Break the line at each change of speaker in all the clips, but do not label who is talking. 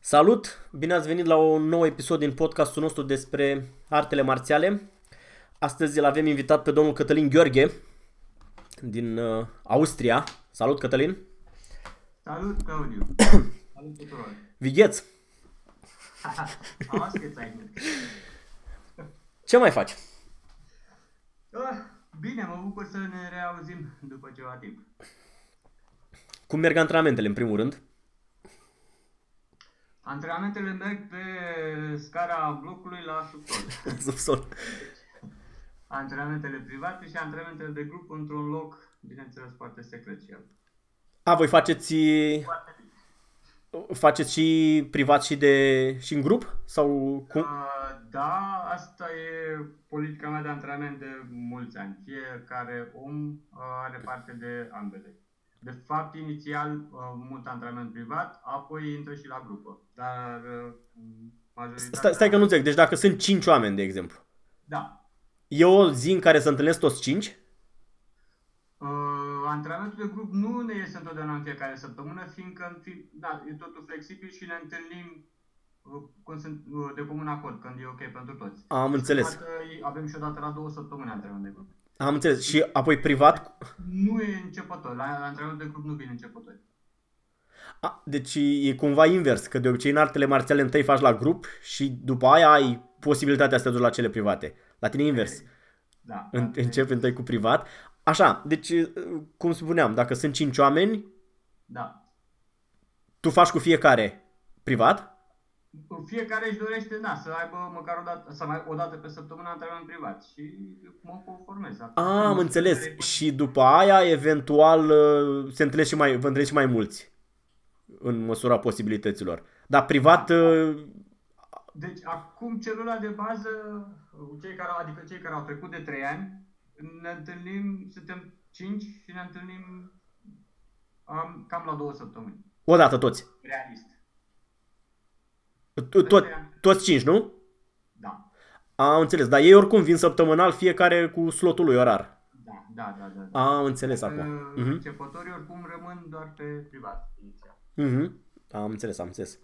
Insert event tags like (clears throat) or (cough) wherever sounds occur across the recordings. Salut! Bine ați venit la un nou episod din podcastul nostru despre artele marțiale. Astăzi îl avem invitat pe domnul Cătălin Gheorghe din uh, Austria. Salut, Cătălin!
Salut, Claudiu! Salut tuturor!
Vigheț,
Am ascult ai mult.
ce mai faci?
Ah, Bine, mă bucur să ne reauzim după ceva timp.
Cum merg antrenamentele, în primul rând? (laughs)
Antrenamentele merg pe scara blocului la subsol.
Subsol.
Antrenamentele private și antrenamentele de grup într-un loc, bineînțeles, foarte secret și el.
A, voi faceți, faceți și privat și, de, și în grup? Sau cum?
Ah, Da, asta e politica mea de antrenament de mulți ani. Fiecare om ah, are parte de ambele. De fapt, inițial ah, mult antrenament privat, apoi intră și la grupă. Dar ah, majoritatea...
Stai, stai că nu înțeleg. Deci dacă sunt 5 oameni, de exemplu,
Da.
e o zi în care se întâlnesc toți 5?
Uh, antrenamentul de grup nu ne iese întotdeauna în fiecare săptămână, fiindcă în fi, da, e totul flexibil și ne întâlnim uh, cum sunt, uh, de comun acord, când e ok pentru toți.
Am înțeles.
Poate avem și odată la două săptămâni antrenament de grup.
Am înțeles. Și apoi privat?
Nu e începător, la, la antrenament de grup nu vin începători.
A, deci e cumva invers, că de obicei în artele marțiale întâi faci la grup și după aia ai posibilitatea să te duci la cele private. La tine e invers.
Da.
În- Începi întâi cu privat. Așa, deci cum spuneam, dacă sunt 5 oameni,
Da.
tu faci cu fiecare privat?
Fiecare își dorește, da, să aibă măcar o dată, să mai o dată pe săptămână antrenament privat și eu mă conformez.
A, Ah, am înțeles. Și după aia, eventual, uh, se întâlnesc și mai, vă întâlnesc și mai mulți în măsura posibilităților. Dar privat, uh,
Deci acum celula de bază, cei care, au- adică cei care au trecut de 3 ani, ne întâlnim, suntem 5 și ne întâlnim um, cam la două săptămâni.
odată toți.
Realist.
To- Tot, toți 5, nu?
Da.
Am înțeles, dar ei oricum vin săptămânal fiecare cu slotul lui orar.
Da, da, da, da. da.
Am înțeles acum.
Uh,
Mhm.
Începătorii oricum rămân doar pe privat. inițial.
Mhm. Am înțeles, am înțeles.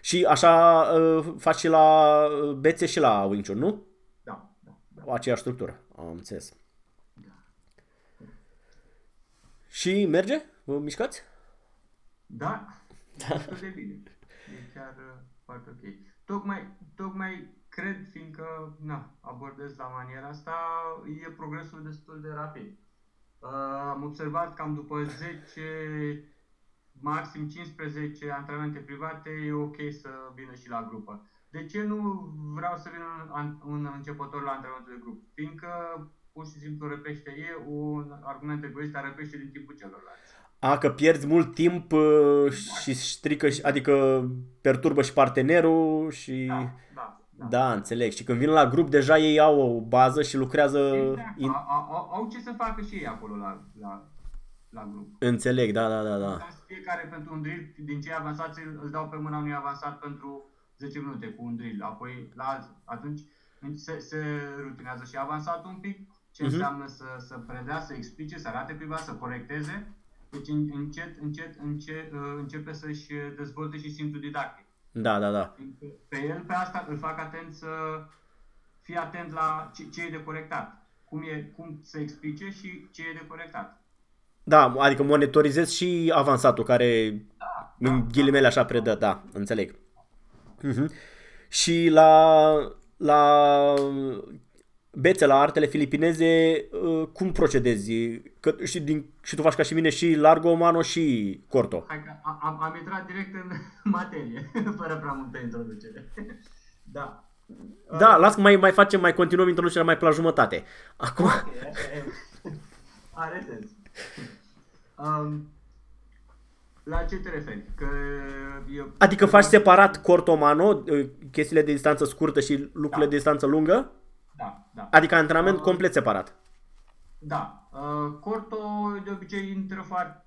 Și așa uh, faci și la uh, bețe și la Wing Chun, nu?
Da, da, da.
Aceeași structură. Am înțeles. Și merge? Vă mișcați?
Da, destul de bine. E chiar uh, foarte ok. Tocmai, tocmai cred, fiindcă na, abordez la maniera asta, e progresul destul de rapid. Uh, am observat cam după 10, maxim 15 antrenamente private, e ok să vină și la grupă. De ce nu vreau să vină un, an- un începător la antrenamentul de grup? Fiindcă pur și simplu răpește, e un argument egoist, dar răpește din timpul celorlalți.
A, că pierzi mult timp uh, și strică, și- adică perturbă și partenerul și...
Da, da, da.
Da, înțeleg. Și când vin la grup, deja ei au o bază și lucrează...
Exact.
in-
A- a- a- Au ce să facă și ei acolo la, la, la grup.
Înțeleg, da, da, da, da.
Dar Fiecare pentru un drill, din cei avansați îl îl dau pe mâna unui avansat pentru 10 minute cu un drill, apoi la altul. Atunci se, se rutinează și avansatul un pic, ce
Mhm.
înseamnă să, să predea, să explice, să arate priva, să corecteze. Deci în- încet, încet, înce- uh, începe să-și dezvolte și simțul didactic.
Da, da, da.
Adică Pe el, pe asta, îl fac atent să fie atent la ce, ce e de corectat. Cum, e, cum se explice și ce e de corectat.
Da, adică monitorizez și avansatul care,
Da,
în ghilimele așa, predă, da, înțeleg. Mhm. Și la, la bețe, la artele filipineze, uh, cum procedezi? Că, și, din, și tu faci ca și mine și largo mano și corto.
Hai că a- am, am intrat direct în (laughs) materie, fără prea multă introducere. (laughs) Da. (laughs)
Da, las că mai, mai facem, mai continuăm introducerea mai pe la jumătate. Acum,
Are sens. Um, la ce te referi? Că eu...
adică faci separat corto mano, uh, chestiile de distanță scurtă și lucrurile
Da.
de distanță lungă?
Da, da.
Adică antrenament complet separat.
Da. Uh, Corto de obicei intră foarte,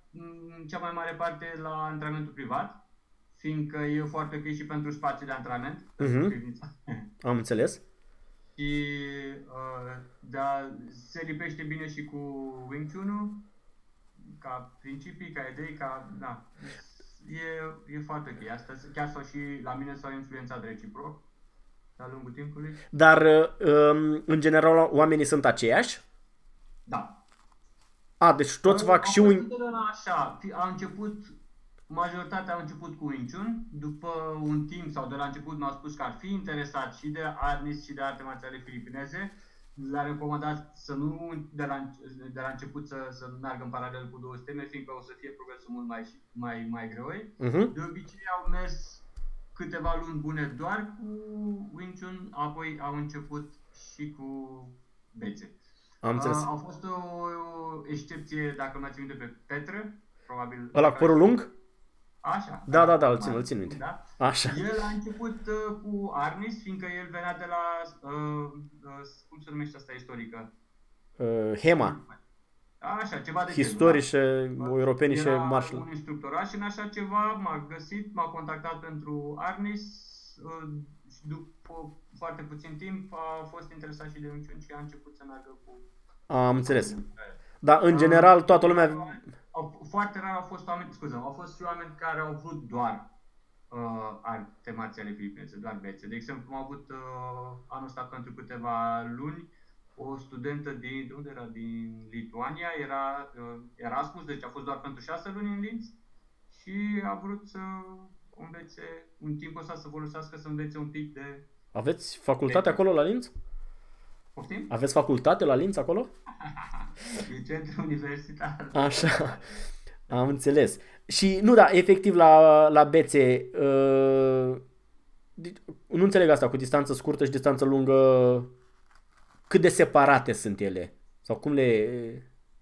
în cea mai mare parte la antrenamentul privat, fiindcă e foarte ok și pentru spații de antrenament,
Mhm.
pentru pivnița.
Am înțeles.
(laughs) și uh, da, se lipește bine și cu Wing Chun-ul, ca principii, ca idei, ca... Da. e, e foarte ok. Asta chiar s-au și la mine s-au influențat reciproc de-a lungul timpului.
Dar, um, în general, oamenii sunt aceiași?
Da.
A, deci toți fac
Au
și
fost
un...
întotdeauna Așa, Fi- a început, majoritatea a început cu Inciun, după un timp sau de la început mi-au spus că ar fi interesat și de Arnis și de arte marțiale filipineze. Le-a recomandat să nu, de la, înce- de la început, să, să nu meargă în paralel cu două steme, fiindcă o să fie progresul mult mai, mai, mai greoi.
Uh-huh.
De obicei au mers câteva luni bune doar cu Winchun, apoi au început și cu bețe. Ah,
Am înțeles.
A, au fost o, o excepție, dacă mi-ați minte, pe Petre, probabil.
Ăla cu părul lung?
Așa.
Da, da, da, îl țin, îl țin minte.
Da?
Așa.
El a început uh, cu Arnis, fiindcă el venea de la, uh, uh, cum se numește asta istorică?
Uh, Hema,
Așa, ceva de genul, da?
istorice, europeni și
Era
martial.
un instructorat și în așa ceva m-a găsit, m-a contactat pentru Arnis uh, și după foarte puțin timp a fost interesat și de Unciun și a început să meargă cu...
Am înțeles. Dar,
Ah.
în general, toată lumea...
Au, foarte rar au fost oameni, scuze, au fost și oameni care au vrut doar uh, arte marțiale filipineze, doar bețe. De exemplu, am avut uh, anul ăsta pentru câteva luni o studentă din, de unde era? Din Lituania, era uh, Erasmus, deci a fost doar pentru șase luni în Linz și a vrut să învețe un timp ăsta să folosească să învețe un pic de...
Aveți facultate acolo la Linz?
Poftim?
Aveți facultate la Linz acolo?
E centru universitar.
Așa. Am înțeles. Și nu, da, efectiv la, la bețe, uh, di- nu înțeleg asta cu distanță scurtă și distanță lungă, cât de separate sunt ele? Sau cum le...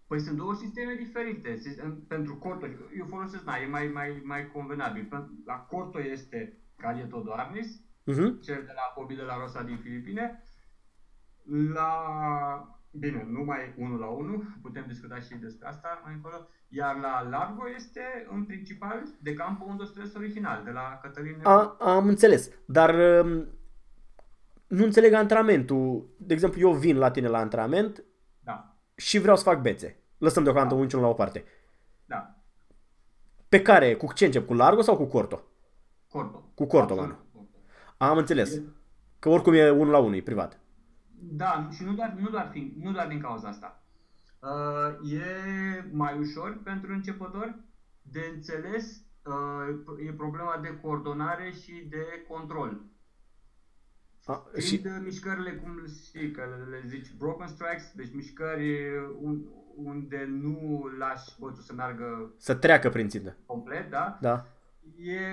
Păi sunt două sisteme diferite. Sis- în- Pentru corturi, eu folosesc, na, e mai, mai, mai convenabil. Pen- La corto este Calieto Doarnis,
Uh-huh.
cel de la Bobby de la Rosa din Filipine. La... Bine, nu mai unul la unul, putem discuta și despre asta mai încolo. Iar la Largo este, în principal, de campo unde stres original, de la Cătălin Nevoie.
A, am înțeles, dar um, nu înțeleg antrenamentul. De exemplu, eu vin la tine la antrenament
Da,
și vreau să fac bețe. Lăsăm deocamdată unciul la o parte.
da,
Pe care, cu ce încep? Cu largo sau cu corto?
corto.
Cu corto,
Absolut,
mă.
corto.
Am înțeles. Că oricum e unul la unul, e privat.
Da, și nu doar, nu doar, din, nu doar din cauza asta. Uh, e mai ușor pentru începători de înțeles, uh, e problema de coordonare și de control.
A,
Și de mișcările, cum le știi, că le- le zici broken strikes, deci mișcări un, unde nu lași boțul să meargă
Să treacă prin țintă.
complet, da?
Da.
E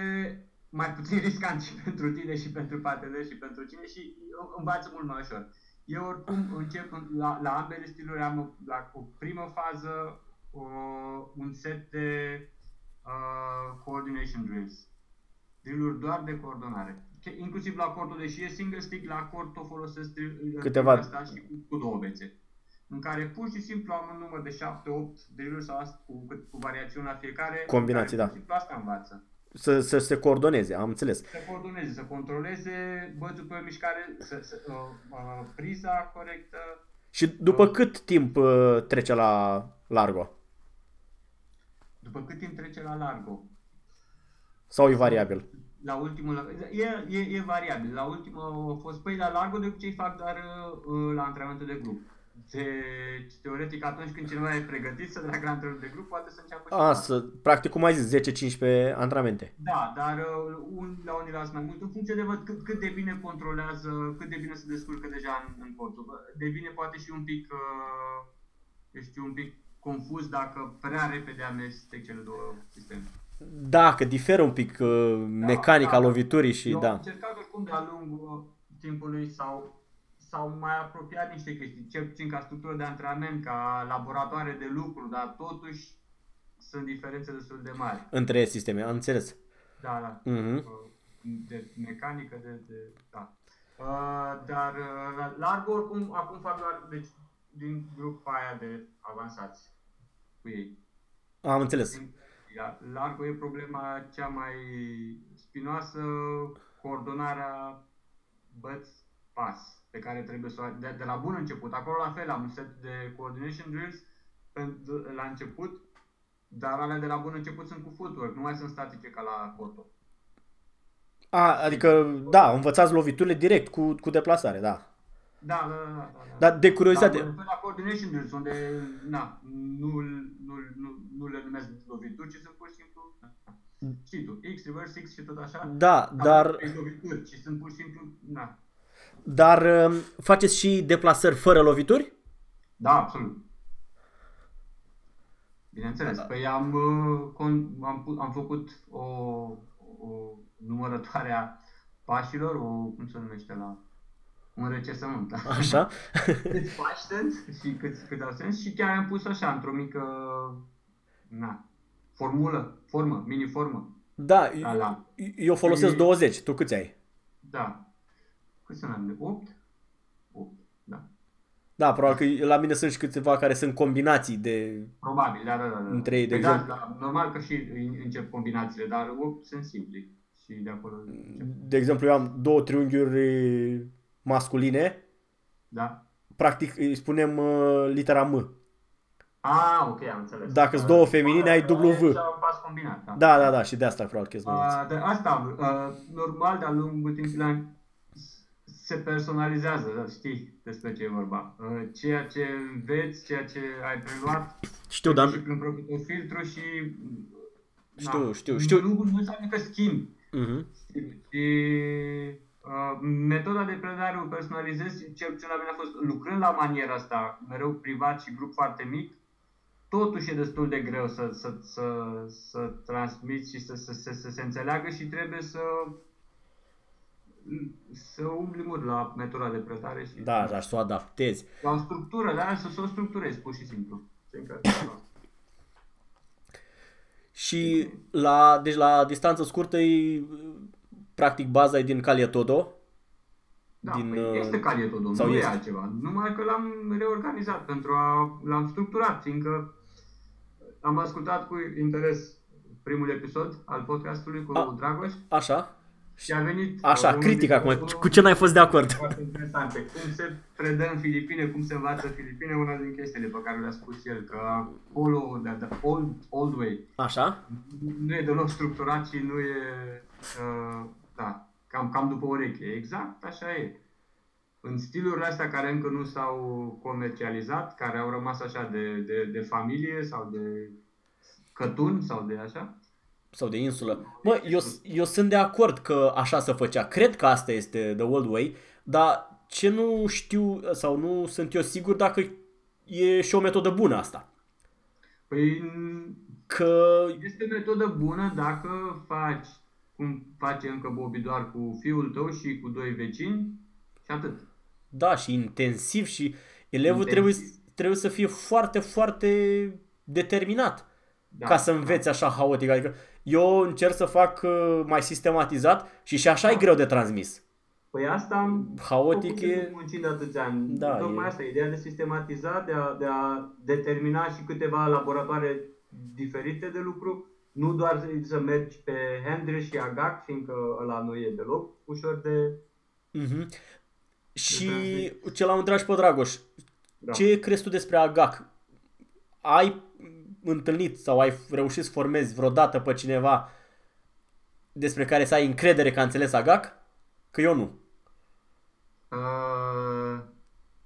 mai puțin (laughs) riscant și pentru tine și pentru patele și pentru cine și î- învață mult mai ușor. Eu
Ah.
oricum încep în- la, la ambele stiluri, am o- la o primă fază o, un set de uh, coordination drills. Drill-uri doar de coordonare. Che- Inclusiv la cortul, deși e single stick, la cort o folosesc drill-
Câteva-
drill-ul ăsta și cu, cu două bețe. În care pur și simplu am un număr de 7-8 drill-uri sau ast- cu, cu, cu variațiuni la fiecare.
Combinații,
care
da.
Pur și simplu asta învață
Să, să se coordoneze, am înțeles.
să coordoneze, să controleze bățul pe mișcare, să, să, uh, uh, priza corectă.
Și după
Mm.
cât timp uh, trece la largo?
După cât timp trece la largo.
Sau e variabil?
La ultimul, e, e, e variabil. La ultimul a fost, păi la largo de obicei fac doar uh, la antrenamentul de grup. Deci, teoretic, atunci când cineva e pregătit să treacă la antrenamentul de grup, poate să înceapă și
A,
la-
să, practic, cum ai zis, 10-15 antrenamente.
Da, dar uh, un, la unii las mai mult, în funcție de văd cât, cât de bine controlează, cât de bine se descurcă deja în, în portul. Bă, Devine poate și un pic, uh, eu știu, un pic confuz dacă prea repede amestec cele două sisteme.
Da, că diferă un pic uh, mecanica
da.
loviturii și
Eu am
da.
încercat oricum de-a lungul uh, timpului sau sau mai apropiat niște chestii, cel puțin ca structură de antrenament, ca laboratoare de lucru, dar totuși sunt diferențe destul de mari.
Între sisteme, am înțeles.
Da, da.
Mhm.
de mecanică, de, de da. Uh, dar uh, larg oricum, acum fac doar deci, din grupa aia de avansați cu ei.
Am înțeles.
Iar largul e problema cea mai spinoasă, coordonarea băț-pas, pe care trebuie să o ai de, de la bun început. Acolo la fel am un set de coordination drills pentru- la început Dar alea de la bun început sunt cu footwork, nu mai sunt statice ca la Koto.
A, adică, da, învățați loviturile direct cu, cu deplasare, da.
Da, da, da, da. da.
Dar de curiozitate,
Dar mă refer la coordination drills, unde, na, nu, nu, nu, nu le numesc lovituri, ci sunt pur și simplu, na, știi tu, X, reverse, X și tot așa.
da, dar,
Nu lovituri, ci sunt pur și simplu, na.
dar um, faceți și deplasări fără lovituri?
Da, absolut. Bineînțeles, da. păi am, uh, con- am, pu- am făcut o, o numărătoare a pașilor, o, cum se numește la, un recesământ. da.
Așa?
câți pași sunt și câți, cât au sens și chiar am pus așa, într-o mică, na, formulă, formă, mini-formă.
Da,
Da, da.
eu- eu folosesc
Și-
20, tu câți ai?
Da. Cât sunt am de 8? 8, da.
Da, probabil că la mine sunt și câțiva care sunt combinații de...
Probabil, da, da, da. da.
Între ei, de
Păi da,
exemplu.
da, normal că și în- încep combinațiile, dar 8 sunt simple și de acolo încep.
De exemplu, eu am două triunghiuri e, masculine,
Da?
practic îi spunem uh, litera M.
Ah, ok, am înțeles.
Dacă sunt două
Ah,
feminine, ai dublu V.
Deci am pas combinat, da.
Da, da, da, și de asta probabil că sunt mai mulți.
A, dar Ah, asta, a, normal, de-a lungul timpului am- se personalizează, da, știi despre ce e vorba. A, ceea ce înveți, ceea ce ai preluat,
Știu,
și
dar...
prin propriul filtru și...
Știu,
na,
știu, știu.
Nu, nu înseamnă că schimbi.
Mhm.
Și uh, metoda de predare o personalizez, și cel puțin la mine a fost lucrând la maniera asta, mereu privat și grup foarte mic, totuși e destul de greu să, să, să, să transmiți și să, să, să, să se înțeleagă și trebuie să să umbli mult la metoda de predare și
Da, dar să o adaptezi.
la o structură, dar să, să o structurezi pur și simplu. Se încadrează.
Și la, deci la distanță scurtă e practic baza e din Calia Todo.
Da,
Din,
din,
uh,
păi este calietul, domnul,
sau
nu
este?
e altceva. Numai că l-am reorganizat pentru a... l-am structurat, fiindcă am ascultat cu interes primul episod al podcastului cu
A-
Dragoș
Așa?
și a venit... uh,
Așa,
un
critic acum.
episod
Cu ce n-ai fost de acord?
Foarte interesante. Cum se predă în Filipine, cum se învață în Filipine, una din chestiile pe care le-a spus el, că follow the, the old, old way
Așa?
nu e deloc structurat și nu e, uh, da, cam, cam după ureche. Exact, așa e. În stilurile astea care încă nu s-au comercializat, care au rămas așa de, de, de familie sau de cătun sau de așa,
Sau de insulă. Mă, eu, eu sunt de acord că așa se făcea. Cred că asta este The Old Way, dar ce nu știu sau nu sunt eu sigur dacă e și o metodă bună asta.
păi n-
Că
este o metodă bună dacă faci cum face încă Bobby doar cu fiul tău și cu doi vecini și atât.
Da, și intensiv și elevul
Intensiv.
trebuie, trebuie să fie foarte, foarte determinat
Da,
ca să înveți așa haotic. Adică eu încerc să fac uh, mai sistematizat și și
Da.
așa e greu de transmis.
Păi asta am
Haotic
făcut
e-
e... muncind de atâția ani.
Da,
Da, Tocmai
e-
asta, ideea de sistematiza, de a, de a determina și câteva laboratoare diferite de lucru, nu doar să, să mergi pe Handrill și Agac, fiindcă ăla nu e deloc ușor de...
Mhm. Și
transmis.
ce l-am întrebat și pe Dragoș,
Da.
ce crezi tu despre AGAC? Ai întâlnit sau ai reușit să formezi vreodată pe cineva despre care să ai încredere că a înțeles AGAC? Că eu nu.
Uh,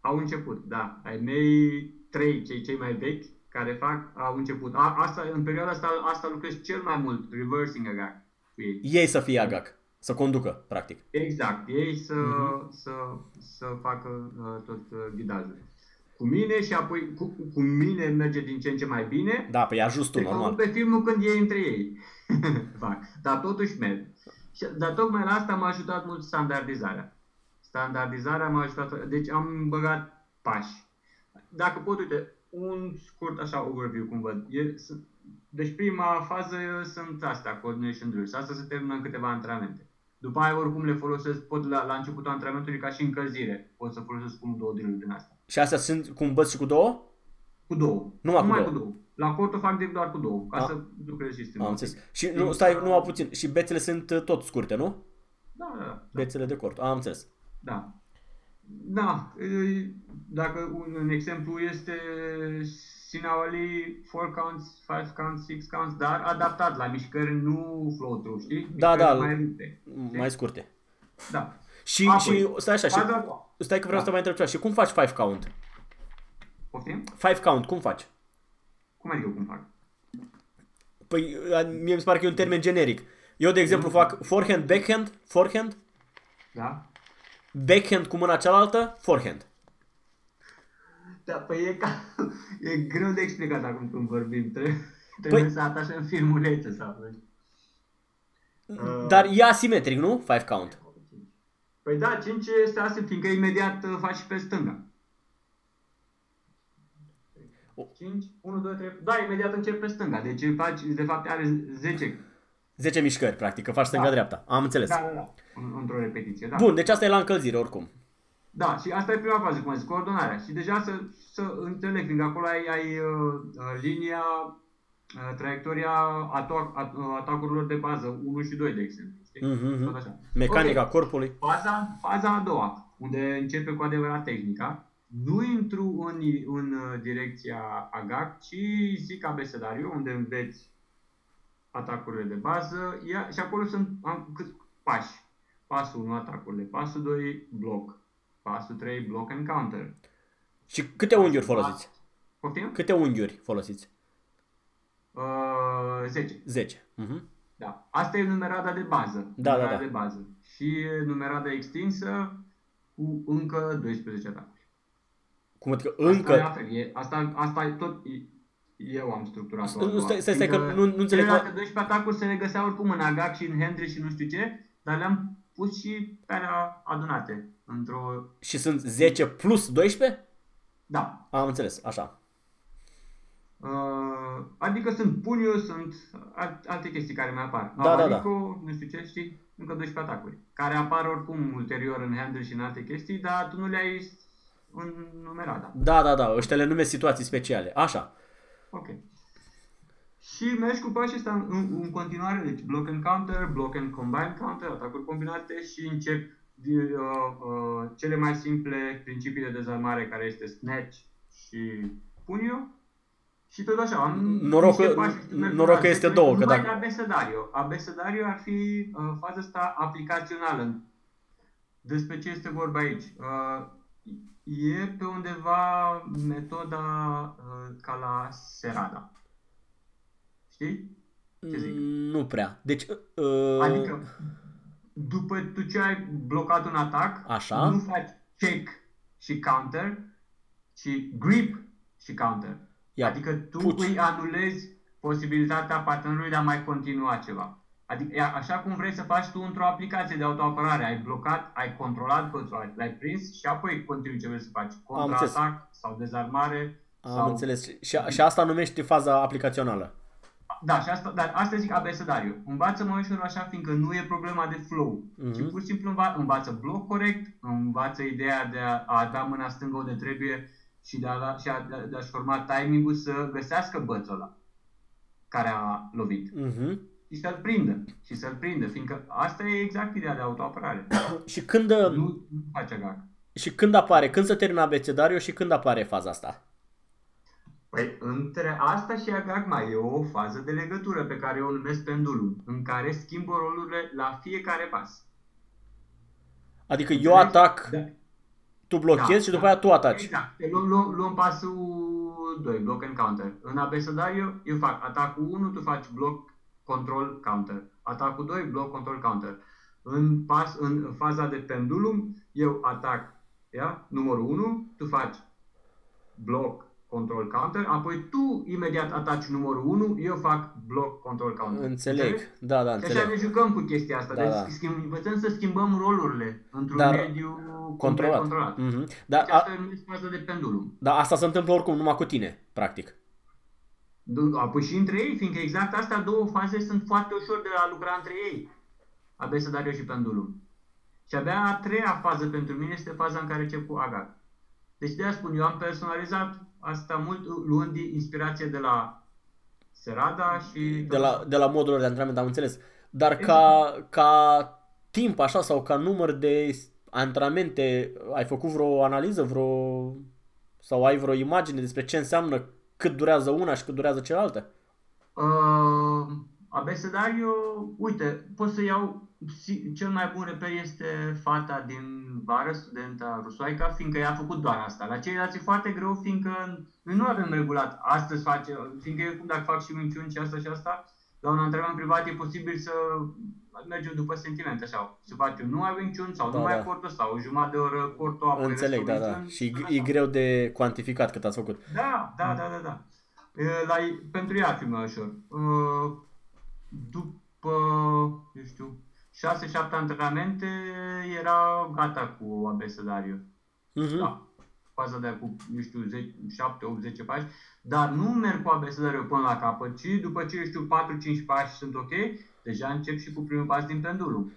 au început, da. Ai mei trei, cei, cei mai vechi care fac, au început. A, asta, în perioada asta, asta lucrez cel mai mult, reversing Agac cu ei.
Ei să fie AGAC, să conducă, practic.
Exact, ei să,
Mhm.
să, să facă uh, tot uh, ghidajul. Cu mine și apoi cu, cu mine merge din ce în ce mai bine.
Da, păi ajust tu,
Te caut
normal.
pe filmul când ei între ei. (laughs) Fac. Dar totuși merg. Și, dar tocmai la asta m-a ajutat mult standardizarea. Standardizarea m-a ajutat. Deci am băgat pași. Dacă pot, uite, un scurt așa overview cum văd. E, sunt- deci prima fază e- sunt astea, coordination drills. Asta se termină în câteva antrenamente. După aia oricum le folosesc, pot la, la începutul antrenamentului ca și încălzire. Pot să folosesc cum două drill din asta.
Și astea sunt cu un băț și cu două?
Cu două.
Numai cu
Numai
două.
cu două. La cortul fac de doar cu două, ca
A-
să lucrez și
Am
stimul.
înțeles. Și nu, stai, numai puțin. Și bețele sunt uh, tot scurte, nu?
Da, da, da.
Bețele de cort. Am înțeles.
Da. Da, e, dacă un, un exemplu este Sinaoli, 4 counts, 5 counts, 6 counts, dar adaptat la mișcări, nu flow through, știi?
Da,
Mișcări
da.
Mai rupte.
Mai scurte.
Da.
Și,
Apoi, Da.
și stai așa, și,
a doua.
stai că vreau să te mai întreb ceva. Și cum faci 5 count?
Poftim?
5 count, cum faci?
Cum adică cum fac?
Păi a, mie mi se pare că e un termen generic. Eu, de exemplu, fac forehand, backhand, forehand,
Da?
backhand cu mâna cealaltă, forehand.
Da, păi e, ca... (laughs) e greu de explicat acum când vorbim. Trebuie, trebuie păi... să atașăm filmulețe sau... Uh,
Dar e asimetric, nu? 5 count.
Păi da, 5 este asim, fiindcă imediat uh, faci și pe stânga.
O-
5, 1, 2, 3, da, imediat începi pe stânga, deci faci, de fapt are 10,
10 mișcări, practic, că faci stânga-dreapta. Am înțeles.
da, da, da, în- într-o repetiție, da.
Bun, deci asta e la încălzire, oricum.
Da, și asta e prima fază, cum am zis, coordonarea. Și deja să, să înțeleg, fiindcă acolo ai, ai uh, uh, linia, uh, traiectoria atac, at, uh, atacurilor de bază, 1 și 2, de exemplu. Știi?
Mhm, mhm.
Tot așa.
Mecanica
Ok,
corpului.
Faza, faza a doua, unde începe cu adevărat tehnica. Nu intru în, în uh, direcția agac, ci zic abecedariu, unde înveți atacurile de bază ia, și acolo sunt am, cât pași. Pasul 1, atacurile. Pasul 2, bloc. Pasul 3, block and counter.
Și câte unghiuri folosiți?
Poftim?
Câte unghiuri folosiți?
Uh, 10.
10. Mhm.
Da. Asta e numerada de bază.
Da, da,
numerada
da.
de bază. Și numerada extinsă cu încă 12 atacuri.
Cum adică
Asta, e la
încă...
fel, e, asta, asta e tot e- eu am Adică structurat
Nu, nu, stai- stai- stai că nu- nu înțeleg
Celelalte
cum-
12 atacuri se regăseau oricum în Agac și în Hendry și nu știu ce, dar le-am pus și pe alea adunate într-o...
Și sunt 10 plus 12?
Da.
Am înțeles, așa.
Uh, adică sunt puniu, sunt al- alte chestii care mai apar.
Da, da, da.
Avarico, nu știu ce, știi? Încă 12 atacuri. Care apar oricum ulterior în Hendry și în alte chestii, dar tu nu le-ai în numerada.
Da, da, da, ăștia le numesc situații speciale. Așa.
Ok. Și mergi cu pașii ăsta în, în, în continuare, deci block and counter, block and combine counter, atacuri combinate și încep din, uh, uh, cele mai simple principii de dezarmare care este snatch și puniu. Și tot așa, am
Noroc că-
niște pași structurali.
noroc că este
Deci,
două, că
numai
dacă-
Abecedario. Abecedario ar fi uh, faza asta aplicațională. Despre ce este vorba aici? Uh, e pe undeva metoda uh, ca la Serada. Știi? Ce zic?
Mm, Nu prea. Deci... Uh,
Adică, după tu ce ai blocat un atac,
Așa.
nu faci check și counter, ci grip și counter.
Ia,
adică tu
puci.
îi anulezi posibilitatea partenerului de a mai continua ceva. Adică, e așa cum vrei să faci tu într-o aplicație de autoapărare, ai blocat, ai controlat control, l-ai prins și apoi continui ce vrei să faci. Contraatac sau dezarmare.
Am
sau...
înțeles. Și, și asta numește faza aplicațională.
Da, și asta, dar asta zic abecedariu. Învață-mă ușor așa, fiindcă nu e problema de flow.
Mhm.
Uh-huh. Ci pur și simplu înva- învață bloc corect, învață ideea de a, a da mâna stângă unde trebuie și de, a, la- și a, de, a, de a-și forma timing-ul să găsească bățul ăla care a lovit
Uh-huh.
și să-l prindă. Și să-l prindă, fiindcă asta e exact ideea de autoapărare.
Și când, uh,
nu, nu face gag.
și când apare? Când se termină abecedariu și când apare faza asta?
Păi, între asta și agagma e o fază de legătură pe care eu o numesc pendulum, în care schimbă rolurile la fiecare pas.
Adică eu
Înțelegi?
atac,
Da.
tu blochezi
Da,
și
da.
după aia tu ataci.
Exact. Luăm, luăm, luăm pasul 2, block and counter. În abecedar eu, eu fac atacul 1, tu faci block, control, counter. Atacul 2, block, control, counter. În, pas, în faza de pendulum, eu atac ia? numărul 1, tu faci block, control, counter, apoi tu imediat ataci numărul 1, eu fac block, control, counter. Înțelegi?
Înțeleg. Da, da,
Și așa ne
înțeleg.
jucăm cu chestia asta.
Da,
Da, deci
da.
da. Schimb, învățăm să schimbăm rolurile într-un
Dar
mediu complet
Controlat.
controlat. Deci
Mhm. Dar, a,
Aceasta e numesc faza de pendulum.
dar asta se întâmplă oricum numai cu tine, practic.
Du- Apoi și între ei, fiindcă exact astea două faze sunt foarte ușor de a lucra între ei. Abecedariu și pendulum. Și abia a treia fază pentru mine este faza în care încep cu agat. Deci de spun, eu am personalizat asta mult luând din inspirație de la Serada și...
De la, de la modul de antrenament, am înțeles. Dar ca, ca timp așa sau ca număr de antrenamente, ai făcut vreo analiză, vreo sau ai vreo imagine despre ce înseamnă cât durează una și cât durează cealaltă?
Uh, abecedariu, uite, pot să iau, si- cel mai bun reper este fata din vară, studenta rusoaica, fiindcă ea a făcut doar asta. La ceilalți e foarte greu, fiindcă noi nu avem regulat. Astăzi face, fiindcă eu, cum dacă fac și minciuni și asta și asta, la un antrenament privat e posibil să mergem după sentimente sau să facem nu ai minciuni sau
Da,
da, nu
da.
da. cortul sau o jumătate de oră cortul apoi
Înțeleg, da,
restul
da.
minciuni.
Și e greu de cuantificat cât ați făcut.
Da, da, da, da, da. E, La, pentru ea ar fi mai ușor. E, După, eu știu, 6-7 antrenamente era gata cu abecedariu.
Mhm.
Da. Faza de cu, nu știu, 10, 7, 8, 10 pași. Dar nu merg cu abecedariu până la capăt, ci după ce, eu știu, 4-5 pași sunt ok, deja încep și cu primul pas din pendulum.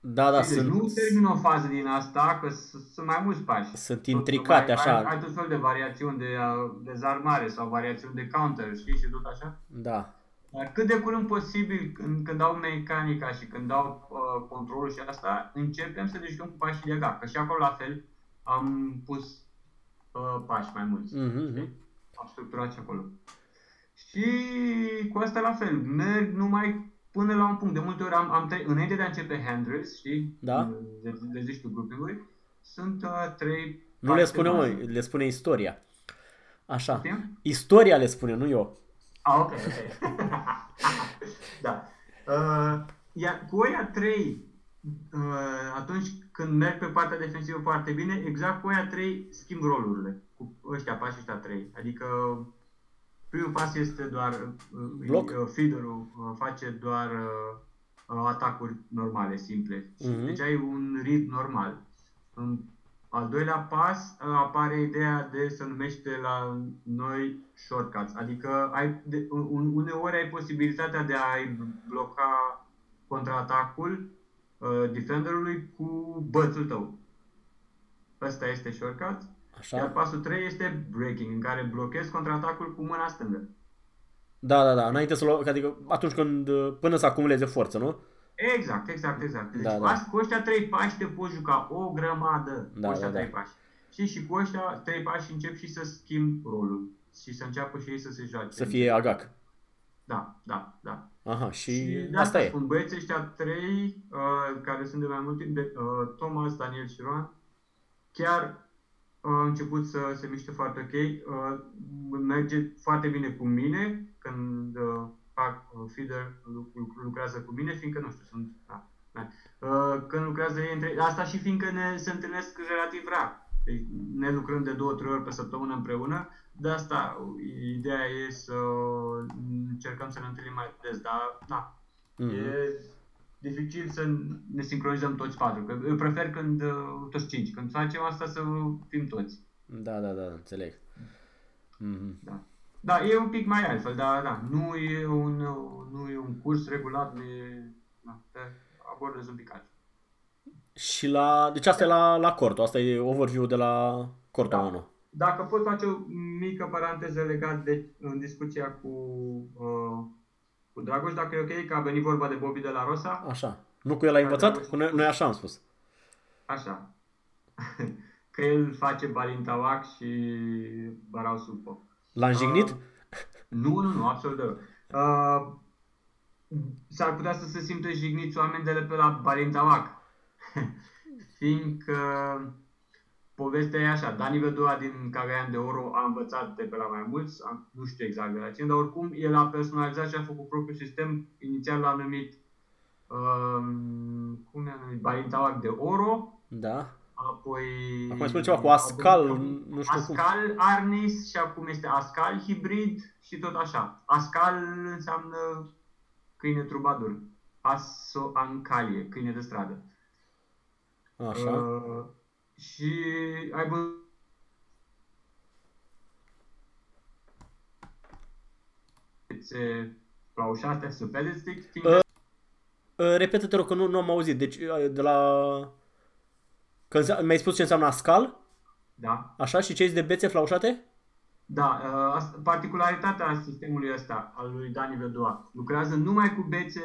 Da, da,
Deci nu
sunt,
termin o fază din asta, că s- sunt mai mulți pași.
sunt intricate
Tot- Ai,
așa.
ai tot fel de variațiuni de uh, dezarmare sau variațiuni de counter, știi, și tot așa.
Da.
Dar cât de curând posibil, când, când dau mecanica și când dau uh, controlul și asta, începem să ne jucăm cu pașii de gap. Că și acolo la fel am pus uh, pași mai mulți.
Mhm.
Am structurat și acolo. Și cu asta la fel, merg numai până la un punct. De multe ori am, am tre- înainte de a începe handrails, știi?
Da.
De, de, de zici tu grouping sunt uh, trei
Nu le
pași
spune
de
omul,
bază.
le spune istoria. Așa.
Știm?
Istoria le spune, nu eu.
Ah, ok, (laughs) ok. da. Uh, iar cu oia 3, uh, atunci când merg pe partea defensivă foarte bine, exact cu oia 3 schimb rolurile. Cu ăștia, pașii ăștia 3. Adică primul pas este doar uh,
Bloc.
Uh, feeder-ul uh, face doar uh, uh, atacuri normale, simple. Și
Mhm.
Deci ai un rid normal. În al doilea pas uh, apare ideea de se numește la noi shortcuts, adică ai, de, un- uneori ai posibilitatea de a bloca contraatacul uh, defenderului cu bățul tău. Ăsta este shortcut. Iar
Așa.
pasul 3 este breaking, în care blochezi contraatacul cu mâna stângă.
Da, da, da. Înainte să luăm, adică atunci când, până să acumuleze forță, nu?
Exact, exact, exact. Deci
Da,
da,
da.
da. cu ăștia trei pași te poți juca o grămadă
Da,
cu ăștia
da, da.
trei pași. Și, și cu ăștia trei pași încep și să schimb rolul și să înceapă și ei să se joace.
Să fie agac.
Da, da, da.
Aha, și
de
asta e.
spun băieții ăștia trei, uh, care sunt de mai mult timp, de, uh, Thomas, Daniel și Roan, chiar uh, au început să se miște foarte ok. Uh, merge foarte bine cu mine când uh, fac uh, feeder, lu- lu- lucrează cu mine, fiindcă, nu știu, sunt... Da, da. Uh, când lucrează ei între... Asta și fiindcă ne se întâlnesc relativ rar. Deci ne lucrăm de două, trei ori pe săptămână împreună. De asta, ideea e să încercăm să ne întâlnim mai des, dar da,
Mhm.
E dificil să ne sincronizăm toți patru. Că eu prefer când uh, toți cinci. Când facem asta să fim toți.
Da, da, da, înțeleg. Mhm.
Da. Da, e un pic mai altfel, dar da, nu e un, uh, nu e un curs regulat, nu e, da, te abordezi un pic altfel.
Și la, deci asta e la, la Corto, asta e overview de la Corto
Da.
1.
Dacă pot face o mică paranteză legat de în discuția cu, uh, cu Dragoș, dacă e ok, că a venit vorba de Bobby de la Rosa.
Așa. Nu cu el ai învățat? Cu noi, noi așa am spus.
Așa. Că el face balintawak și barau supă.
L-am jignit?
Uh, Nu, nu, nu, absolut deloc. Uh, s-ar putea să se simtă jigniți oameni de pe la Balintawak. (laughs) Fiindcă povestea e așa, Dani Vedua din Cagaian de Oro a învățat de pe la mai mulți, am- nu știu exact de la cine, dar oricum el a personalizat și a făcut propriul sistem, inițial l-a numit, um, cum i-a numit, Balintawak de Oro,
Da.
Apoi...
Acum îi spune ceva cu Ascal, nu știu cum.
Ascal, Arnis și acum este Ascal hibrid și tot așa. Ascal înseamnă câine trubadur. Asso Ancalie, câine de stradă.
Așa.
Uh, și ai văzut eh, la ușa astea sunt pedestic, fiindcă
Uh, Repetă-te rog că nu, nu am auzit. Deci uh, de la... Că înse- mi-ai spus ce înseamnă ascal?
da,
Așa? Și ce e de bețe flaușate?
Da, uh, asta- particularitatea sistemului ăsta al lui Dani Vedua lucrează numai cu bețe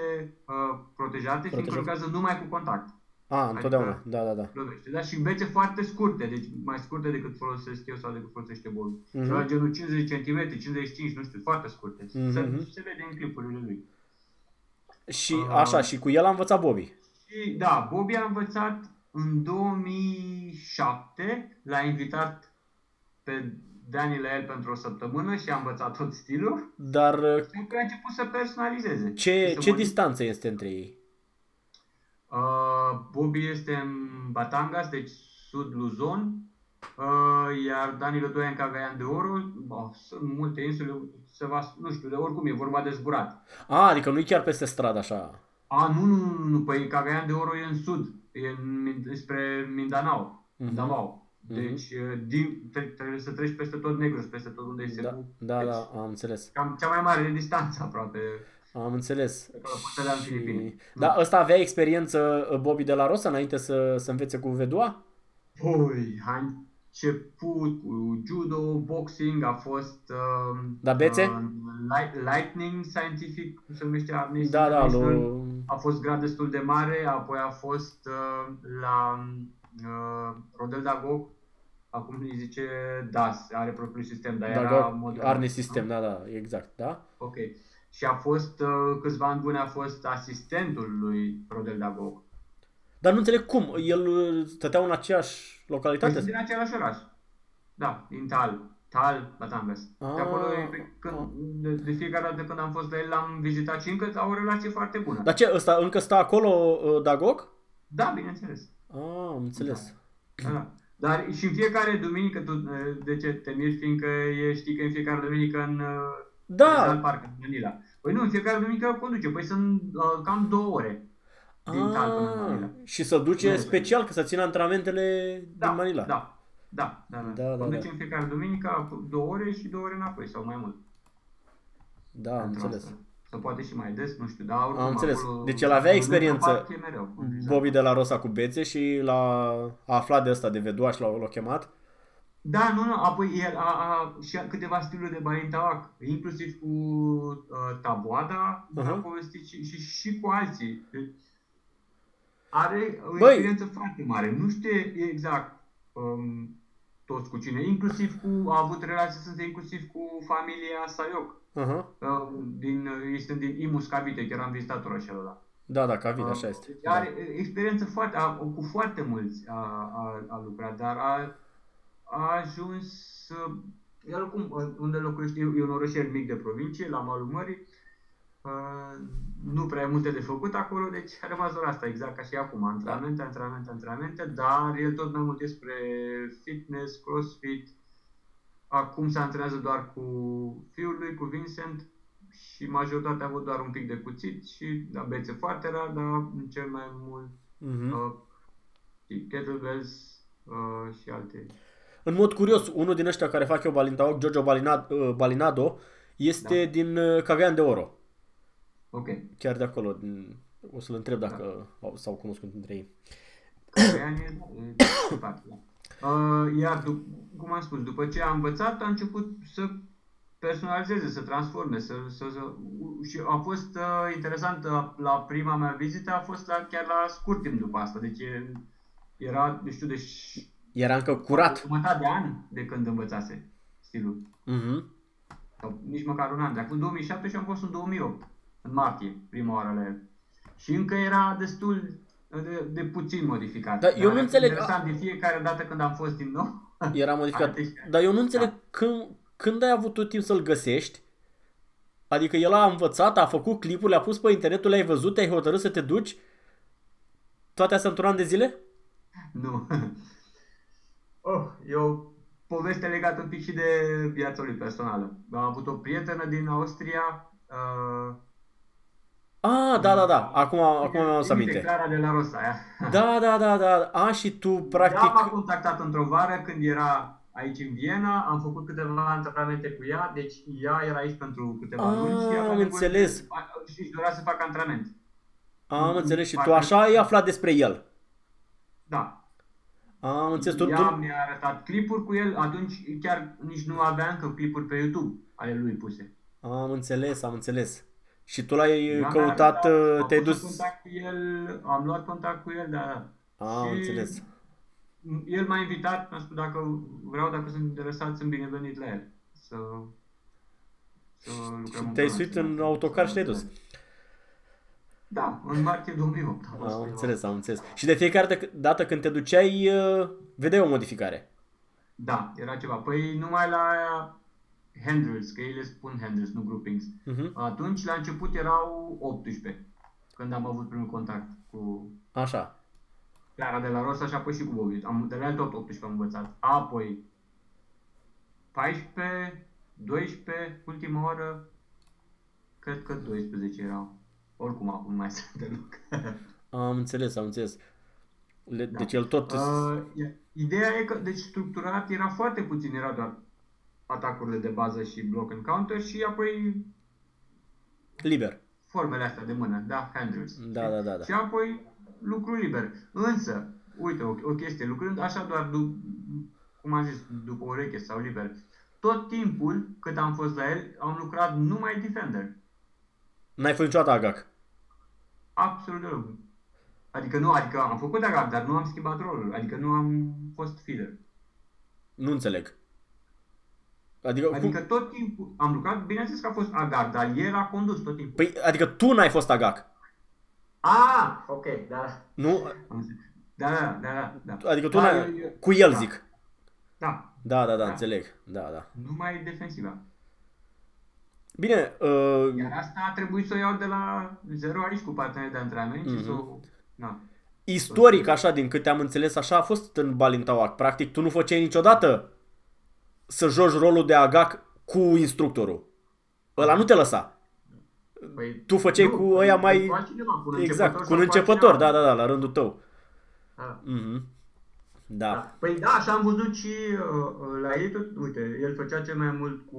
uh, protejate, fiindcă
Protejate.
lucrează numai cu contact.
A, întotdeauna. Da, da, da.
lovește, da? Și bețe foarte scurte, deci mai scurte decât folosesc eu sau decât folosește bolul.
Mhm.
Mm-hmm. Și la genul 50 cm, 55, nu știu, foarte scurte. Mm-hmm.
Mhm.
Se, se vede în clipurile lui.
Și așa, și cu el a învățat Bobby.
Și da, Bobby a învățat în 2007, l-a invitat pe Dani la el pentru o săptămână și a învățat tot stilul.
Dar uh,
Și că a început să personalizeze.
ce,
Și să
ce
modifice.
distanță este între ei?
Uh, Bobby este în Batangas, deci sud Luzon, uh, iar Danilo Doian Cagaian de Oru, bă, sunt multe insule, se va, nu știu, de oricum e vorba de zburat.
A, adică nu e chiar peste stradă așa.
A, nu, nu, nu, nu, păi Cagaian de Oru e în sud, e în, Min- spre Mindanao,
Mhm.
Davao. Deci uh, din, tre- trebuie să treci peste tot negru, peste tot unde este
Da,
cu-
da,
deci
da, am înțeles.
Cam cea mai mare distanță aproape.
Am înțeles.
acolo puterea în Filipine.
Da, ăsta avea experiență uh, Bobby de la Rosa înainte să, să învețe cu Vedua?
Păi, a început cu judo, boxing, a fost... Uh,
Da, bețe?
Uh, light, lightning Scientific, cum se numește, Amnesty
Da, da,
International.
lui...
A fost grad destul de mare, apoi a fost uh, la uh, Rodel Dago, acum îi zice DAS, are propriul sistem, dar
Da,
era
da,
modern.
Arne System, da, da, exact, da?
Ok. Și a fost, uh, câțiva ani buni a fost asistentul lui Rodel Dago.
Dar nu înțeleg cum, el uh, stătea în aceeași
Păi
localitate?
sunt din același oraș. Da, din Tal. Tal, Batangas.
Ah,
Ah, de acolo, e pe-
ah.
când, de, de fiecare dată când am fost la el, l-am vizitat și încă au o relație foarte bună. Da,
Dar ce, ăsta încă stă acolo, uh, Dagog?
da bineînțeles.
Ah, am înțeles.
Da, da. Dar și în fiecare duminică, tu, de ce te miri, fiindcă e, știi că în fiecare duminică în
Da!
Tal Park, în Manila. Păi nu, în fiecare duminică conduce. Păi sunt uh, cam două ore. din Tal până în
Ah,
Manila.
și să duce
Nu.
special, că să țină antrenamentele din Manila.
Da, da, da. da.
Da, da,
da conduce
da.
în fiecare duminică două ore și două ore înapoi sau mai mult.
Da, am
Pentru
înțeles.
asta. Sau poate și mai des, nu știu, dar oricum
Am înțeles.
acolo-
Deci el avea
în
experiență.
Europa Park e mereu. exact.
Bobby de la Rosa cu bețe și l-a a aflat de asta de vedua și l-a, l-a chemat.
Da, nu, nu, apoi el a, a și a câteva stiluri de baintaoac, inclusiv cu uh, taboada,
Aha.
uh-huh. povestit și, și, și cu alții. Deci Are o
Băi!
experiență foarte mare. Nu știe exact um, toți cu cine, inclusiv cu, a avut relații, sunt inclusiv cu familia Saioc.
Uh-huh.
Uh, din, este din Imus Cavite, chiar am vizitat orașul ăla.
Da, da, Cavid, așa este.
Deci
Da.
Are experiență foarte, a, cu foarte mulți a, a, a lucrat, dar a, a ajuns, uh, el cum, uh, unde locuiește, e un orășel mic de provincie, la malul mării, uh, nu prea e multe de făcut acolo, deci a rămas doar asta, exact ca și acum, antrenamente, antrenamente, antrenamente, dar el tot mai mult despre fitness, crossfit, acum se antrenează doar cu fiul lui, cu Vincent, și majoritatea au avut doar un pic de cuțit și da, bețe foarte rar, dar cel mai mult
Mhm.
uh, și kettlebells uh, și alte.
În mod curios, unul din ăștia care fac eu Balintaoc, Giorgio Balina- uh, Balinado, este
Da.
din uh, Cagayan de Oro.
Ok.
Chiar de acolo. din- O să-l întreb dacă
Da.
au- s-au cunoscut între ei.
Cagaian e, e departe, da. Uh, iar, dup- cum am spus, după ce a învățat, a început să personalizeze, să transforme, să, să, să și a fost uh, interesant, uh, la prima mea vizită a fost la, chiar la scurt timp după asta, deci e, era, nu știu, de ș-
Era încă curat.
jumătate de an de când învățase stilul.
Mhm.
sau nici măcar un an, dar în 2007 și am fost în 2008, în martie, prima oară la el. Și încă era destul de, de puțin modificat.
Dar Da, eu nu
era
înțeleg- Deci
Interesant, de fiecare dată când am fost din nou,
Era modificat.
Alte-
Dar eu nu înțeleg când, când ai avut tu timp să-l găsești. Adică el a învățat, a făcut clipul, le-a pus pe internet, tu le-ai văzut, te-ai hotărât să te duci. Toate astea într-un an de zile?
(laughs) nu. oh, e o poveste legată un pic și de viața lui personală. Am avut o prietenă din Austria, uh,
Ah, da, da, da. Acum, acum mi-am să aminte.
Clara de la Rosa, aia.
Da, da, da, da. A, și tu,
Ea m-a
practic.
contactat într-o vară când era aici în Viena, am făcut câteva antrenamente cu ea, deci ea era aici pentru câteva
Ah,
luni și ea
am
făcut-
înțeles.
a- și își dorea să facă antrenament.
Am înțeles și tu așa ai aflat despre el.
Da.
Am înțeles. Tu,
ea
tu,
mi-a arătat clipuri cu el, atunci chiar nici nu avea încă clipuri pe YouTube ale lui puse.
am înțeles, am înțeles. Și tu l-ai
Ea mi-a
căutat, uh,
arătat, da, am
te-ai
pus în
dus...
Contact cu el, am luat contact cu el, da, da.
Am
Și-
înțeles.
El m-a invitat, mi-a spus dacă vreau, dacă sunt interesat, sunt binevenit la el. Să, să lucrăm
Te-ai
împreună.
suit în autocar și te-ai dus.
Da, în martie 2008 a fost.
Am
prima.
Ah, înțeles, am înțeles. Și de fiecare dă- dată când te duceai, uh, vedeai o modificare.
Da, era ceva. Păi numai la handles, că ei le spun handles, nu groupings.
Mhm.
Atunci, la început, erau 18, când am avut primul contact cu
Așa.
Clara de la Rosa și apoi și cu Bobby. Am, de la el tot 18 am învățat. Apoi 14, 12, ultima oară, cred că 12 erau. Oricum acum nu mai (laughs) sunt deloc.
Am înțeles, am înțeles. Le, Deci el tot...
Uh, e- ideea e că, deci structurat era foarte puțin, era doar atacurile de bază și block and counter și apoi
Liber.
formele astea de mână, da, handles.
Da, da, da, da.
Și apoi lucru liber. Însă, uite, o, o chestie, lucrând așa doar, du- cum am zis, după ureche sau liber, tot timpul cât am fost la el, am lucrat numai defender.
N-ai fost niciodată agac.
Absolut deloc. Adică nu, adică am făcut agap, dar nu am schimbat rolul, adică nu am fost filler.
Nu înțeleg. Adică, adică...
Adică
Cum?
tot timpul am lucrat, bineînțeles că a fost agar, dar el a condus tot timpul.
Păi, adică tu n-ai fost agac.
Ah, ok, da.
Nu?
Am înțeles. Da, da, da, da, da.
Adică tu
da,
n-ai...
eu- eu-
Cu el
da,
zic.
Da,
Da, da, da,
Da.
înțeleg. Da, da.
numai defensiva.
Bine, uh,
Iar asta a trebuit să o iau de la zero aici cu parteneri de antrenament
Mhm.
și să o... Na.
istoric, așa, din câte am înțeles, așa a fost în Balintauac. Practic, tu nu făceai niciodată să joci rolul de agac cu instructorul. Ăla nu te lăsa.
Păi,
Tu făceai
nu,
cu ăia mai-
Cu altcineva, cu un
Exact,
începător
cu un
sau
începător, da,
altcineva.
da, da, la rândul tău.
Da.
Mhm. Da.
Da. Păi da, așa am văzut și uh, uh, la ei tot, uite, el făcea cel mai mult cu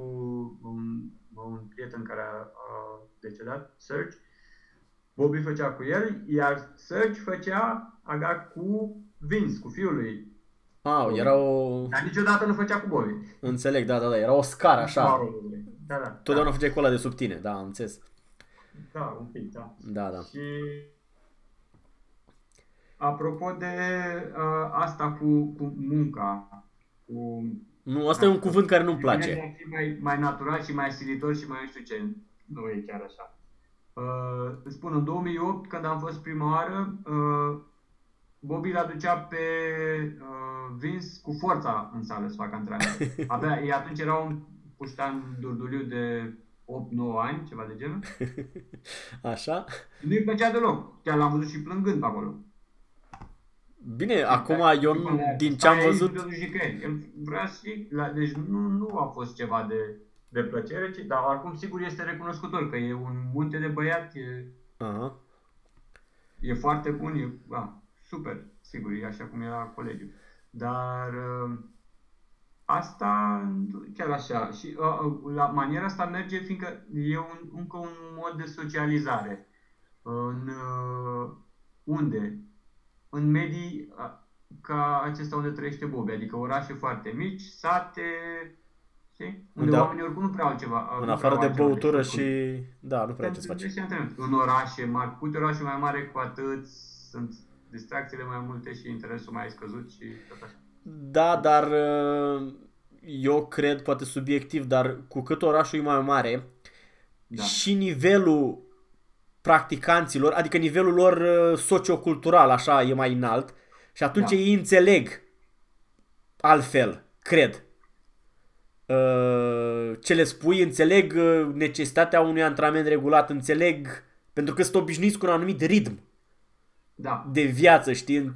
un, un prieten care a, a decedat, Serge. Bobby făcea cu el, iar Serge făcea aga cu Vince, cu fiul lui.
A, era o...
Dar niciodată nu făcea cu Bobby.
Înțeleg, da, da, da, era o scară
Da,
așa.
da, da.
Totdeauna făceai cola de sub tine, da, am înțeles.
Da, un pic, da.
Da, da.
Și apropo de uh, asta cu, cu munca, cu...
Nu, asta e un cuvânt care nu-mi place.
Ar fi Mai, mai natural și mai silitor și mai nu știu ce. Nu e chiar așa. Uh, îți spun, în 2008, când am fost prima oară, uh, Bobby l aducea pe uh, Vince cu forța în sală să facă antrenament.
(laughs)
Abia, ei atunci era un puștan durduliu de 8-9 ani, ceva de genul.
Așa?
Nu-i plăcea deloc. Chiar l-am văzut și plângând pe acolo.
Bine, acum
Exact.
eu nu- din ce am văzut...
Și că el vrea și, la, deci nu, nu a fost ceva de, de plăcere, ci, dar acum sigur este recunoscător că e un munte de băiat, e,
Aha.
e foarte bun, e da, super, sigur, e așa cum era colegiul. Dar ă, asta chiar așa și ă, ă, la maniera asta merge fiindcă e un, încă un mod de socializare în ă, unde în medii a- ca acesta unde trăiește Bobi, adică orașe foarte mici, sate, știi? Unde
Da.
oamenii oricum nu prea au ceva. nu
În
prea
afară
au
de
altceva
băutură
decât fotbal.
și... Da, nu prea ai ce să faci.
Pentru că și antrenament. În orașe mari, cu cât orașe mai mare, cu atât sunt distracțiile mai multe și interesul mai scăzut și tot așa.
Da, dar uh, eu cred, poate subiectiv, dar cu cât orașul e mai mare
Da.
și nivelul practicanților, adică nivelul lor uh, sociocultural, așa, e mai înalt și atunci
Da.
ei înțeleg altfel, cred. Uh, Ce le spui, înțeleg uh, necesitatea unui antrenament regulat, înțeleg, pentru că sunt obișnuiți cu un anumit ritm
Da,
de viață, știi? în-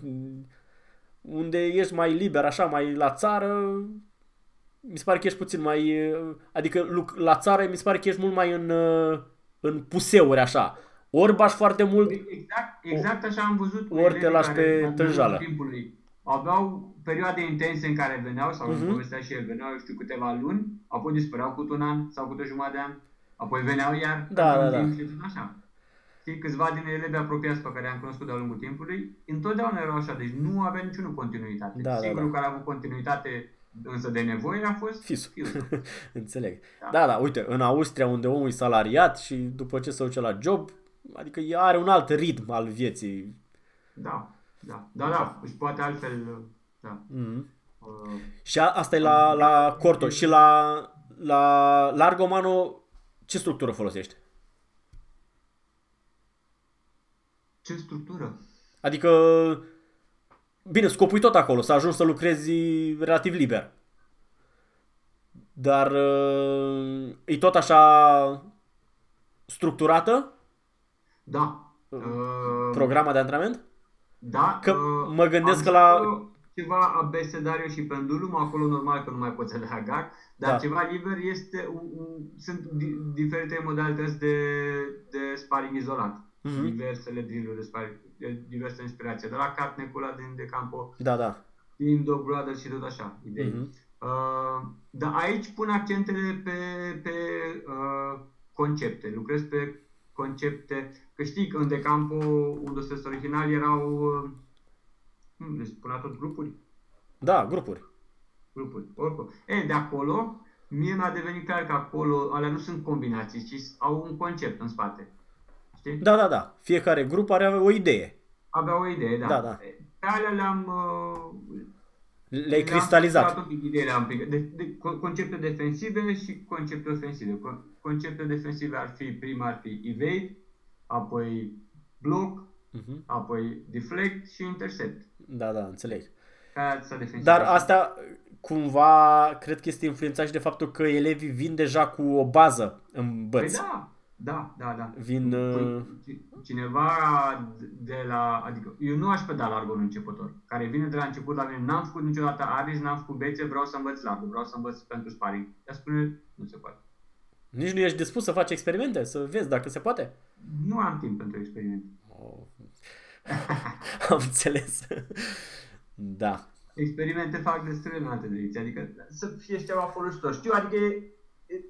Unde ești mai liber, așa, mai la țară, mi se pare că ești puțin mai... Adică luc- la țară mi se pare că ești mult mai în, uh, în puseuri, așa. Ori bași foarte mult... (laughs)
exact, exact așa am văzut. cu
ori te
elevii
lași
care,
pe
de-a lungul
tânjală.
timpului, Aveau perioade intense în care veneau sau
Mhm.
uh-huh. povestea și el, veneau, eu știu, câteva luni, apoi dispăreau cu un an sau cu o jumătate de an, apoi veneau iar.
Da,
pentru
da,
un
da.
timp și tot Așa. Știi, câțiva din elevii apropiați pe care am cunoscut de-a lungul timpului, întotdeauna erau așa, deci nu avea niciunul continuitate.
Da, da,
Singurul
da.
care a avut continuitate însă de nevoie a fost
Fisul.
fiul.
Înțeleg. Da.
Da.
da, da, uite, în Austria unde omul e salariat și după ce se duce la job, adică ea are un alt ritm al vieții.
Da. Da, da, da, își poate altfel, da.
Mhm.
Uh,
Și a, asta e la, la Corto. Și la, la Largomano ce structură folosești?
ce structură?
Adică, bine, scopul e tot acolo, să ajungi să lucrezi relativ liber. Dar uh, e tot așa structurată
Da. Uh,
programa de antrenament?
da.
Mhm. Că
uh,
mă gândesc
am
că la-
zis-o Ceva abecedariu și pendulum, acolo normal că nu mai poți alea gag, dar
Da.
ceva liber este, un, un, sunt di, diferite modalități de, de sparing izolat.
Mhm.
Diversele drill de sparing, de- diverse inspirații, de la Cartnecula din De Campo,
Da, da.
din Dog Brother și tot așa, idei.
Mhm.
Uh, dar aici pun accentele pe, pe uh, concepte, lucrez pe concepte. Că știi că în Decampo, unde sunt original, erau, uh, cum le spunea tot, grupuri?
Da, grupuri.
Grupuri, oricum. E, de acolo, mie mi-a devenit clar că acolo, alea nu sunt combinații, ci s- au un concept în spate. Știi?
Da, da, da. Fiecare grup are o idee.
Avea o idee, da.
Da, da.
Pe alea le-am... Uh,
Le-ai
le-am
cristalizat.
picat un pic, ideile am picat. De, de, co- concepte defensive și concepte ofensive. Co- Concepte defensive ar fi, prima ar fi evade, apoi block,
Mhm.
apoi deflect și intercept.
Da, da, înțeleg.
Deci Aia asta defensivă.
Dar astea cumva cred că este influențat și de faptul că elevii vin deja cu o bază în
Păi
băți.
da, da, da, da.
Vin... uh,
Păi, ci- cineva de la, adică eu nu aș peda largul în începător, care vine de la început la mine, n-am făcut niciodată aris, n-am făcut bețe, vreau să învăț largul, vreau să învăț pentru sparing. Dar spune, nu se poate.
Nici nu ești dispus să faci experimente, să vezi dacă se
(laughs)
poate?
Nu am timp pentru experiment.
Oh. Am înțeles. da.
experimente fac destul în alte direcții, adică să fie ceva folositor. Știu, adică e, e,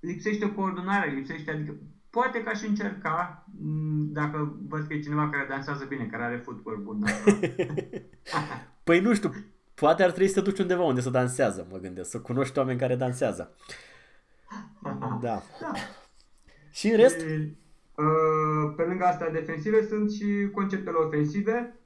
lipsește o coordonare, lipsește, adică poate că aș încerca m, dacă văd că e cineva care dansează bine, care are footwork bun. dar-
Păi nu știu, poate ar trebui să te duci undeva unde să dansează, mă gândesc, să cunoști oameni care dansează. (laughs) Da.
Da. Deci
Și în rest?
Și, uh, Pe lângă astea defensive sunt și conceptele ofensive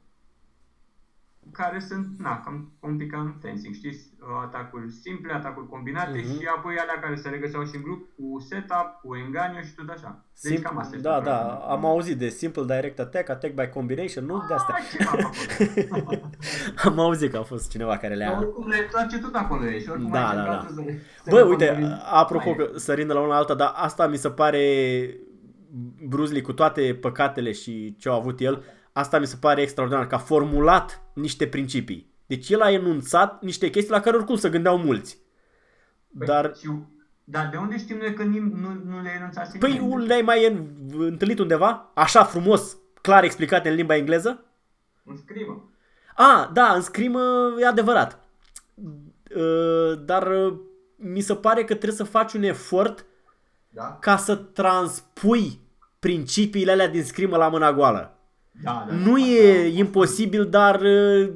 care sunt, na, cam un pic cam fencing, știți? Uh, Atacuri simple, atacuri combinate
Mhm.
uh-huh. și apoi alea care se regăseau și în grup cu setup, cu enganio și tot așa. Deci
Simp-
cam asta
da, da, am auzit de Simple Direct Attack, Attack by Combination, nu de
(laughs)
astea. (laughs) am auzit că a fost cineva care
Dar
le-a...
oricum le întoarce tot acolo ei și oricum
Da,
aici
da, da.
vreau să- să-
Bă,
să-
uite,
să-
apropo
Mai e.
că sărind de la una la alta, dar asta mi se pare Bruce Lee, cu toate păcatele și ce a avut el, asta mi se pare extraordinar, că a formulat niște principii. Deci el a enunțat niște chestii la care oricum se gândeau mulți.
Păi,
Dar,
și- dar de unde știm noi că nim- nu, nu le enunțase
păi
nimeni?
le-ai mai în- întâlnit undeva? Așa frumos, clar explicat în limba engleză?
În scrimă.
A, da, în scrimă e adevărat. Uh, Dar uh, mi se pare că trebuie să faci un efort
Da?
ca să transpui principiile alea din scrimă la mâna goală.
Da, da.
Nu e imposibil, dar uh,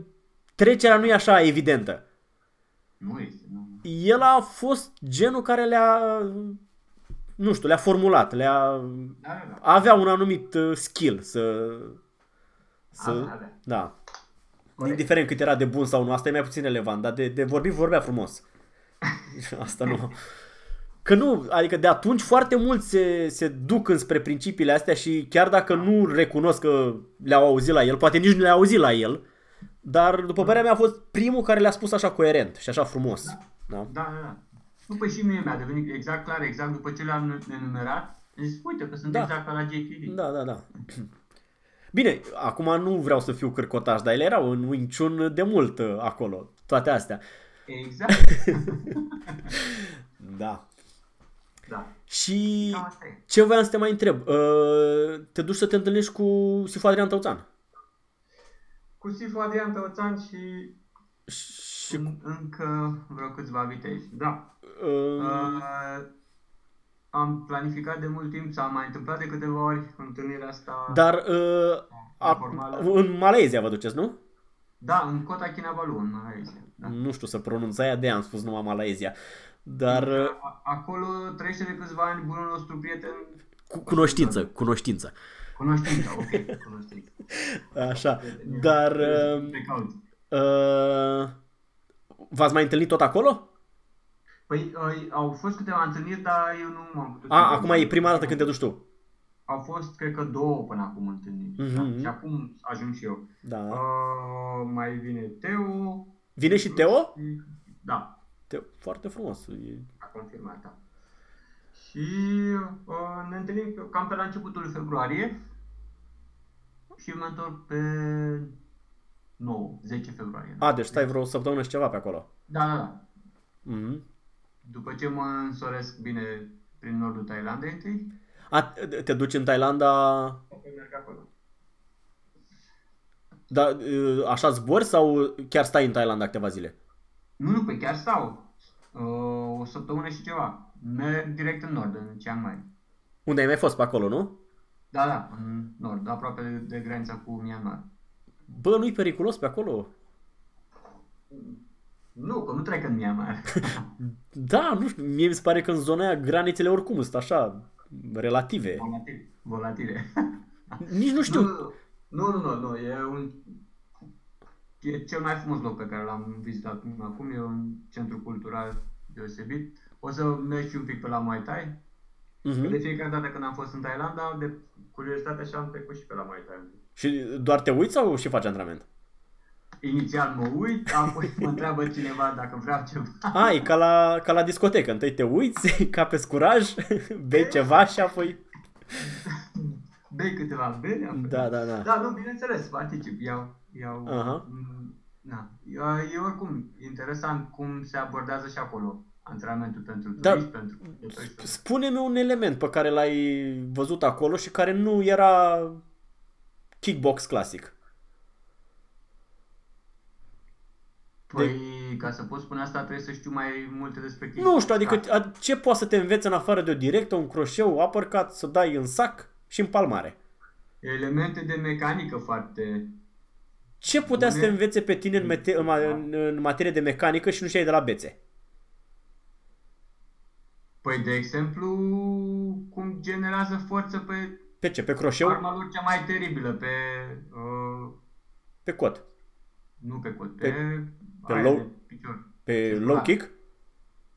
trecerea nu e așa evidentă.
Nu este, nu.
El a fost genul care le-a, nu știu, le-a formulat, le-a,
Da, da, da.
avea un anumit uh, skill să, să,
Avea, avea.
da.
Corect.
Indiferent cât era de bun sau nu, asta e mai puțin relevant, dar de, de vorbit vorbea frumos. (laughs) Asta nu. Că nu, adică de atunci foarte mulți se, se duc înspre principiile astea și chiar dacă nu recunosc că le-au auzit la el, poate nici nu le-au auzit la el, dar după părerea mea a fost primul care le-a spus așa coerent și așa frumos. Da?
Da, da, da. Nu, păi și mie mi-a devenit exact clar, exact după ce le-am enumerat, am zis, uite că sunt
Da.
exact ca la JTD.
Da, da, (clears throat) da. Bine, acum nu vreau să fiu cârcotaș, dar ele erau în Wing Chun de mult uh, acolo, toate astea.
Exact,
Da. (laughs)
da.
Și
Cam asta e.
ce voiam să te mai întreb? Uh, te duci să te întâlnești cu Sifu Adrian Tăuțan?
Cu Sifu Adrian Tăuțan și
Și
în, încă vreo câțiva viteji. Da.
uh,
Uh, am planificat de mult timp, s-a mai întâmplat de câteva ori întâlnirea asta.
dar uh, a,
informală.
în Malezia vă duceți, nu?
da în Kota Kinabalu, în Malaysia. Da.
Nu știu să pronunț aia, de am spus numai Malezia. Dar
Da.
uh,
A- Acolo trăiește de câțiva ani bunul nostru prieten
cu cunoștință, cunoștință.
Cunoștința, da, ok, cunoștința.
Așa. (laughs) Dar uh,
Te cauți.
uh, v-ați mai întâlnit tot acolo?
Păi uh, au fost câteva întâlniri, dar eu nu m-am putut.
A, acum e prima dată când te duci tu.
Au fost, cred că, două până acum întâlniri.
Mhm.
Da? Și acum ajung și eu.
Da.
Uh, mai vine Teo.
Vine și Teo?
și- Da,
Teo foarte frumos. E...
a confirmat, da. Și uh, ne întâlnim pe- cam pe la începutul februarie și mă întorc pe 9, 10 februarie. Da,
A, deci stai vreo săptămână și ceva pe acolo.
da, da.
Mhm.
După ce mă însoresc bine prin nordul Thailandei întâi,
A, te duci în Thailanda,
apoi merg acolo.
da, uh, așa zbori sau chiar stai în Thailanda câteva zile?
Nu, nu, păi chiar stau uh, o săptămână și ceva. Merg direct în nord, în Chiang Mai.
Unde ai mai fost pe acolo, nu?
Da, da, în nord, aproape de, de granița cu Myanmar.
Bă, nu-i periculos pe acolo?
Nu, că nu trec în Myanmar. (laughs)
Da, nu știu, mie mi se pare că în zona aia granițele oricum sunt așa, relative.
Volatile. Volatile.
Nici nu știu.
Nu, nu, nu, nu, e un... E cel mai frumos loc pe care l-am vizitat până acum, e un centru cultural deosebit. O să merg și un pic pe la Muay Thai. De
Mhm.
fiecare dată când am fost în Thailanda, de curiozitate așa am trecut și pe la Muay Thai.
Și doar te uiți sau și faci antrenament?
Inițial mă uit, apoi mă întreabă cineva dacă vreau ceva.
A, Ah, e ca la, ca la discotecă. Întâi te uiți, (laughs) ca pe scuraj, bei ceva și apoi...
Bei câteva beri, apoi-
Da, da, da.
Da, nu, bineînțeles, particip, iau, iau,
Aha.
m, na. E, e oricum interesant cum se abordează și acolo antrenamentul pentru
Da.
turiști, pentru pentru-
Spune-mi un element pe care l-ai văzut acolo și care nu era kickbox clasic.
Păi, ca să pot spune asta, trebuie să știu mai multe despre chestii.
Nu știu, adică
Da.
a- ce poate să te înveți în afară de o directă, un croșeu, uppercut, să dai în sac și în palmare?
Elemente de mecanică foarte...
Ce putea să te
Bine. Da.
învețe pe tine în, mete- în, ma- în, în materie de mecanică și nu știai de la bețe?
Păi, de exemplu, cum generează forță pe
Pe ce? Pe croșeu?
arma lor cea mai teribilă, pe... Uh,
Pe cot?
nu pe cot,
Pe-
pe...
pe
aia
low-
de picior.
Pe low kick?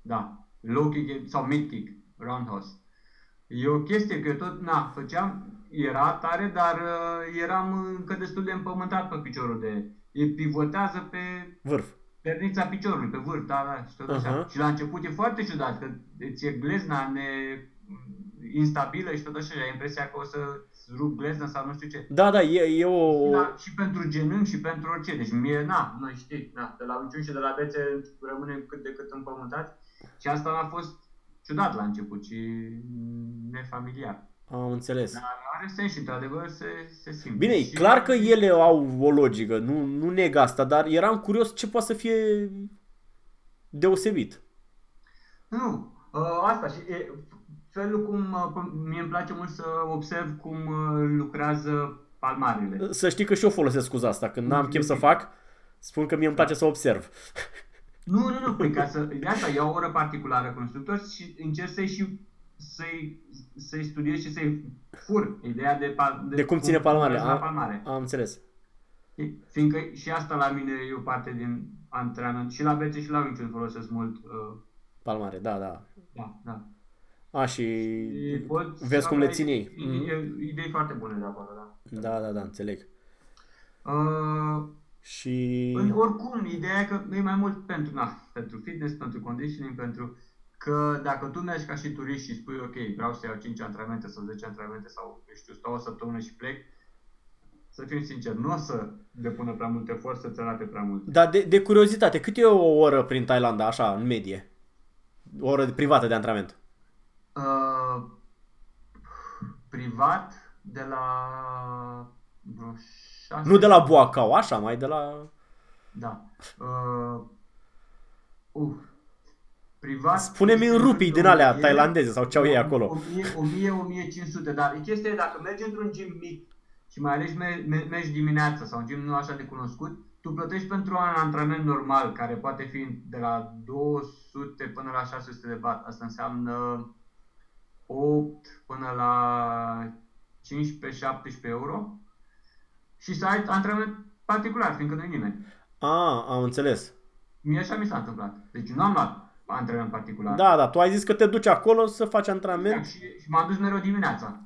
Da. Low kick e- sau mid kick, roundhouse. E o chestie că eu tot, na, făceam, era tare, dar uh, eram încă destul de împământat pe piciorul de... E pivotează pe
Vârf.
pernița piciorului, pe vârf, da, da, și tot așa.
Aha.
Și la început e foarte ciudat, că ți e glezna ne instabilă și tot așa, și ai impresia că o să-ți rup glezna sau nu știu ce.
Da, da, e, e o...
Da, și pentru genunchi și pentru orice. Deci mie, na, noi știi, na, de la unciuni și de la bețe rămânem cât de cât împământați. Și asta mi-a fost ciudat la început și nefamiliar.
Am înțeles.
Dar are sens și, într-adevăr, se, se simte.
Bine, e
și
clar că ele au o logică, nu, nu neg asta, dar eram curios ce poate să fie deosebit.
Nu, ă, asta și e, felul cum, ă, cum- mie îmi place mult să observ cum ă, lucrează palmarele.
Să știi că și eu folosesc scuza asta, când n-am chem să fac, spun că mie îmi place să observ.
Nu, nu, nu, păi ca să, de asta iau o oră particulară constructor și încerc să-i și să-i, să-i studiez și să-i fur ideea de, pal,
De cum ține palmarele,
La
a?
palmare.
Am înțeles.
Fiindcă și asta la mine e o parte din antrenament. Și la bețe și la minciuni folosesc mult. Uh,
Palmare, da, da.
da, da.
A, și
Și pot
vezi
să
cum le
aveai
țin ei. Mhm.
Idei, idei foarte bune de acolo, da.
Da, da, da, înțeleg.
Uh,
Și...
În, oricum, ideea e că nu e mai mult pentru, na, pentru fitness, pentru conditioning, pentru că dacă tu mergi ca și turist și spui, ok, vreau să iau 5 antrenamente sau 10 antrenamente sau, eu știu, stau o săptămână și plec, să fim sinceri, nu o să depună prea mult efort să-ți arate prea mult.
Dar de, de curiozitate, cât e o oră prin Thailanda, așa, în medie? O oră privată de antrenament.
Uh, privat, de la vreo 6...
Nu de la Buacau, așa, mai de la...
Da. Uh, uh, privat.
Spune-mi în rupii din alea
1000,
tailandeze sau ce au ei acolo.
1000, 1000, 1500, dar chestia e dacă mergi într-un gym mic și mai ales me- me- mergi dimineața sau un gym nu așa de cunoscut, tu plătești pentru un antrenament normal care poate fi de la 200 până la 600 de bat. Asta înseamnă 8 până la 15-17 euro și să ai antrenament particular, fiindcă nu e nimeni.
A, am înțeles.
Mie așa mi s-a întâmplat. Deci nu am luat antrenament particular.
Da, da, tu ai zis că te duci acolo să faci
Da,
antrenament.
și, și m-am dus mereu dimineața.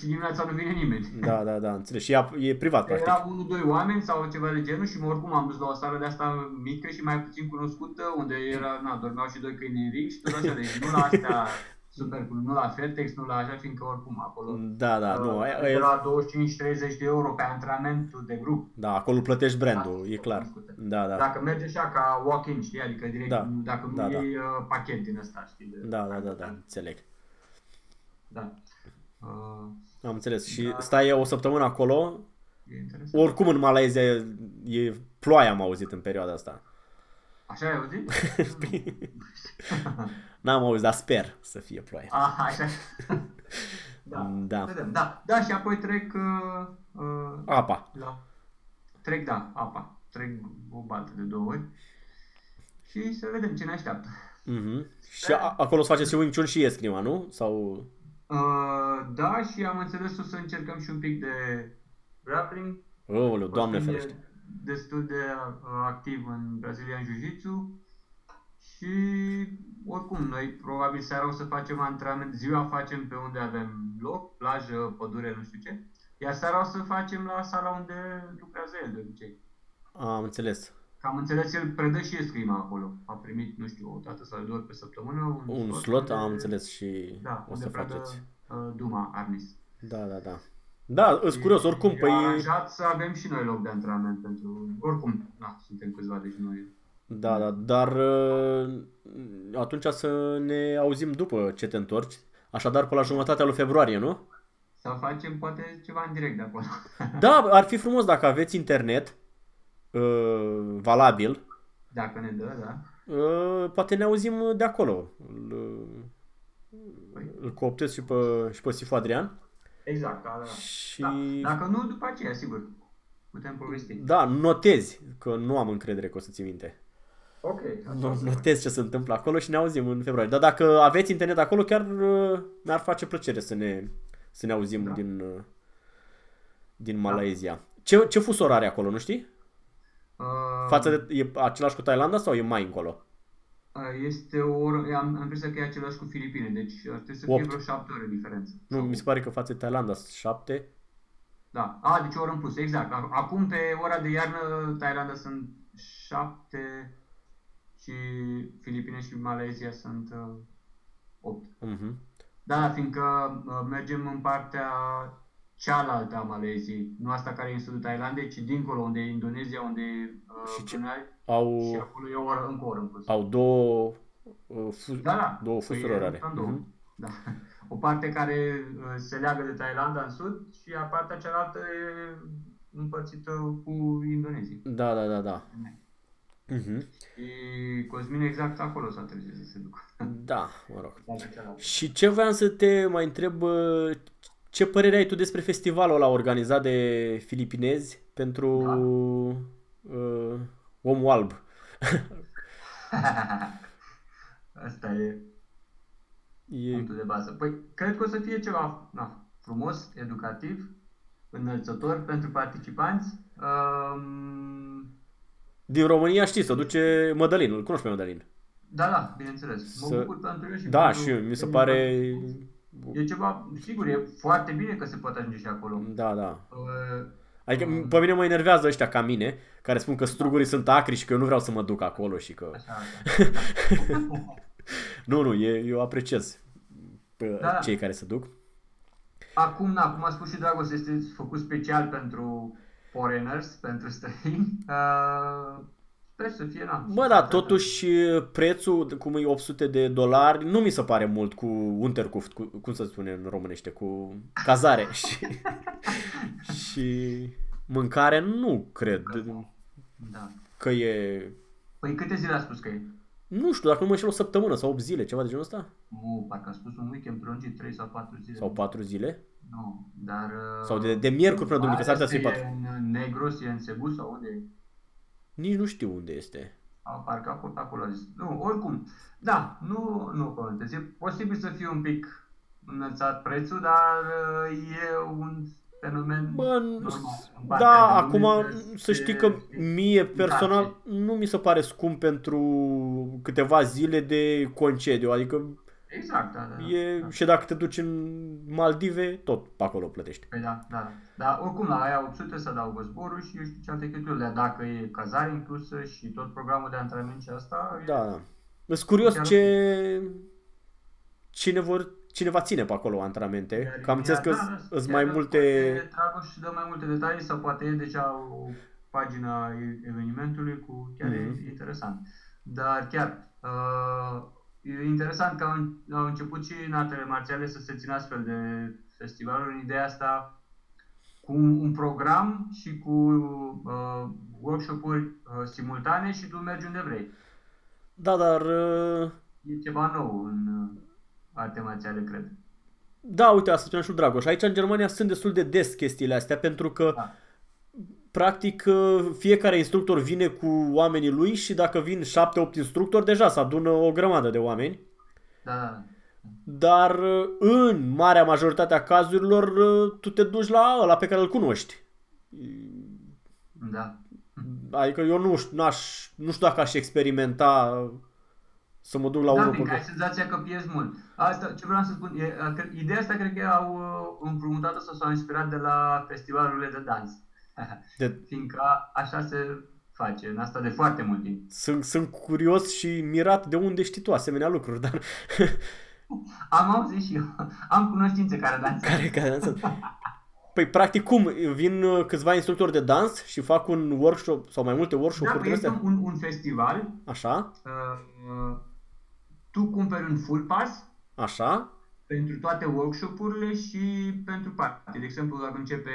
Și dimineața nu vine nimeni.
Da, da, da, înțeles. Și ea- e privat, practic.
Era unul, doi oameni sau ceva de genul și mă, oricum am dus la o sală de asta mică și mai puțin cunoscută, unde era, na, dormeau și doi câini în ring și tot așa, deci nu la astea super cool, nu la Fertex, nu la așa, fiindcă oricum acolo
Da, da, nu.
uh,
e- e-
era 25-30 de euro pe antrenamentul de grup.
Da, acolo plătești brandul, e clar. Da, da.
Dacă merge așa ca walk-in, știi, adică direct,
Da,
dacă nu
da, da.
iei uh, pachet din ăsta, știi? de-
Da, da, da, da, înțeleg.
da. Uh,
Am înțeles. Și
Da.
stai o săptămână acolo.
e interesant.
Oricum în Malaezia e, e ploaie, am auzit în perioada asta.
Așa ai auzit?
N-am auzit, dar sper să fie ploaie.
(laughs) Ah, așa. da.
Da.
Vedem, da. Da, și apoi trec uh, uh,
Apa.
la... Trec, da, apa. Trec o baltă de două ori. Și să vedem ce ne așteaptă.
Mhm. Și a- acolo să faceți și Wing Chun și escrima, nu? Sau...
Uh, da, și am înțeles o să încercăm și un pic de grappling.
Răuleu,
O
doamne
să fie
ferește.
Destul de uh, activ în Brazilian Jiu-Jitsu. Și oricum, noi probabil seara o să facem antrenament, ziua facem pe unde avem loc, plajă, pădure, nu știu ce. Iar seara o să facem la sala unde lucrează el de obicei.
Am înțeles.
Cam înțeles, el predă și escrima acolo. A primit, nu știu, o dată sau de două ori pe săptămână un,
Un slot,
unde-
am înțeles și
Da,
o să faceți.
Uh, Duma Arnis.
Da, da, da. Da, îs curios, oricum,
păi...
păi...
aranjat să avem și noi loc de antrenament pentru... Oricum, da, suntem câțiva, deci noi...
Da, da, dar uh, atunci să ne auzim după ce te întorci. Așadar, pe la jumătatea lui februarie, nu?
Să facem poate ceva în direct de acolo. (laughs)
Da, ar fi frumos dacă aveți internet uh, valabil.
Dacă ne dă, da.
Uh, poate ne auzim de acolo. Îl, uh, îl cooptez și pe, și pe Sifu Adrian.
Exact, da, da. da.
Și...
Da. Dacă nu, după aceea, sigur. Putem povesti.
Da, notezi, că nu am încredere că o să ții minte.
Ok.
Nu- Notez ce se întâmplă acolo și ne auzim în februarie. Dar dacă aveți internet acolo, chiar uh, mi-ar face plăcere să ne, să ne auzim
Da.
din, uh, din Malaezia. Ce, ce fus orare acolo, nu știi? (laughs) Față de, e același cu Thailanda sau e mai încolo?
Uh, Este o oră, am, am impresia că e același cu Filipine, deci ar trebui să fie
Opt.
vreo șapte ore diferență.
Nu,
Sau-
mi se pare că față de Thailanda sunt șapte.
Da, a, deci o oră în plus, exact. Ac- Acum pe ora de iarnă, Thailanda sunt șapte și Filipine și Malezia sunt uh, opt.
Mhm.
Da, da, fiindcă uh, mergem în partea cealaltă a Maleziei, nu asta care e în sudul Thailandei, ci dincolo, unde e Indonezia, unde e uh,
Și ce-
Brunei,
Au,
și acolo e o oră, încă o oră în plus.
au două, uh, fu-
Da, da.
două
Păi
fusuri
e
orare.
în două.
Mhm.
Da. (laughs) O parte care uh, se leagă de Thailanda în sud și a partea cealaltă e împărțită cu Indonezia.
Da, da, da, da. Mhm.
Și Cosmin exact acolo s-a trezit să se ducă.
Da, mă rog.
Partea cealaltă.
Și ce voiam să te mai întreb, uh, ce părere ai tu despre festivalul ăla organizat de filipinezi pentru uh, Omul Alb?
Asta e
E,
punctul de bază. Păi, cred că o să fie ceva na, frumos, educativ, înălțător pentru participanți. Um,
din România știi, să duce Mădălin, îl cunoști pe Mădălin.
da, da, bineînțeles. Mă
Să-
bucur pentru el și
Da,
pentru-
și mi se
pentru-
pare...
E ceva, sigur, e foarte bine că se poate ajunge și acolo.
Da, da.
Uh,
Adică m- pe mine mă enervează ăștia ca mine, care spun că strugurii sunt acri și că eu nu vreau să mă duc acolo și că...
Așa, așa.
(laughs) Nu, nu, e, eu apreciez pe
Da.
cei care se duc.
Acum, na, cum a spus și Dragos, este făcut special pentru foreigners, pentru străini. Uh, sper să fie, na.
Bă, da, totuși prețul, cum e 800 de dolari, nu mi se pare mult cu untercuft, cu, cum să spune în românește, cu cazare (laughs) și, și mâncare nu cred
Da.
că e,
Păi câte zile a spus că e?
nu știu, dacă nu mă înșel o săptămână sau 8 zile, ceva de genul ăsta,
Nu, parcă a spus un weekend prelungit, 3 sau 4 zile.
sau 4 zile,
Nu, dar... uh,
sau de, de miercuri până duminică, s-ar putea să fie
asta
4.
e în Negros, e în Cebu sau unde e?
Nici nu știu unde este.
A, Parcă acolo, acolo a zis. Nu, oricum. Da, nu, nu contez. E posibil să fie un pic înălțat prețul, dar uh, e un fenomen
Bă, n-
normal. în partea
Da,
de
acum
lume,
să
e-
știi că mie personal nu mi se pare scump pentru câteva zile de concediu, adică
Exact, da, da.
e,
da.
și dacă te duci în Maldive, tot pe acolo plătești.
Păi da, da, da. Dar oricum la aia 800 să adaugă zborul și eu știu ce alte cheltuieli, dar dacă e cazare inclusă și tot programul de antrenament și asta, e-
Da, da. Sunt curios
Chiar-
ce cine vor cineva ține pe acolo antrenamente, că am înțeles că
Da, da,
sunt
chiar
mai
dacă
multe
poate Dragoș dă mai multe detalii sau poate e deja o pagina evenimentului cu chiar
Mhm.
e interesant. Dar chiar uh, e interesant că au, în- au început și în artele marțiale să se țină astfel de festivaluri în ideea asta cu un un program și cu uh, workshop-uri uh, simultane și tu mergi unde vrei.
Da, dar uh,
E ceva nou în uh, arte marțiale, cred.
da, uite, asta spuneam și lui Dragoș. Aici în Germania sunt destul de des chestiile astea pentru că
Da.
practic uh, fiecare instructor vine cu oamenii lui și dacă vin 7-8 instructori deja se adună o grămadă de oameni.
Da, da, da.
Dar uh, în marea majoritate a cazurilor uh, tu te duci la ăla pe care îl cunoști.
da.
Adică eu nu știu, n-aș, nu știu dacă aș experimenta să mă duc la
da,
unul
fiindcă ai
cu
senzația că pierzi mult. Asta, ce vreau să spun, e, a, cre- ideea asta cred că au uh, împrumutat-o sau s-au inspirat de la festivalurile de dans. (laughs)
de,
Fiindcă a- așa se face, în asta de foarte mult timp.
sunt, sunt curios și mirat de unde știi tu asemenea lucruri, (laughs) dar
Am auzit și eu, (laughs) am cunoștințe care dansează.
care, care dansă. Păi practic cum? Vin uh, câțiva instructori de dans și fac un workshop sau mai multe
Da,
workshop-uri din
este
astea?
un, un festival,
Așa,
uh, uh, tu cumperi un full pass
așa,
pentru toate workshop-urile și pentru party. De exemplu, dacă începe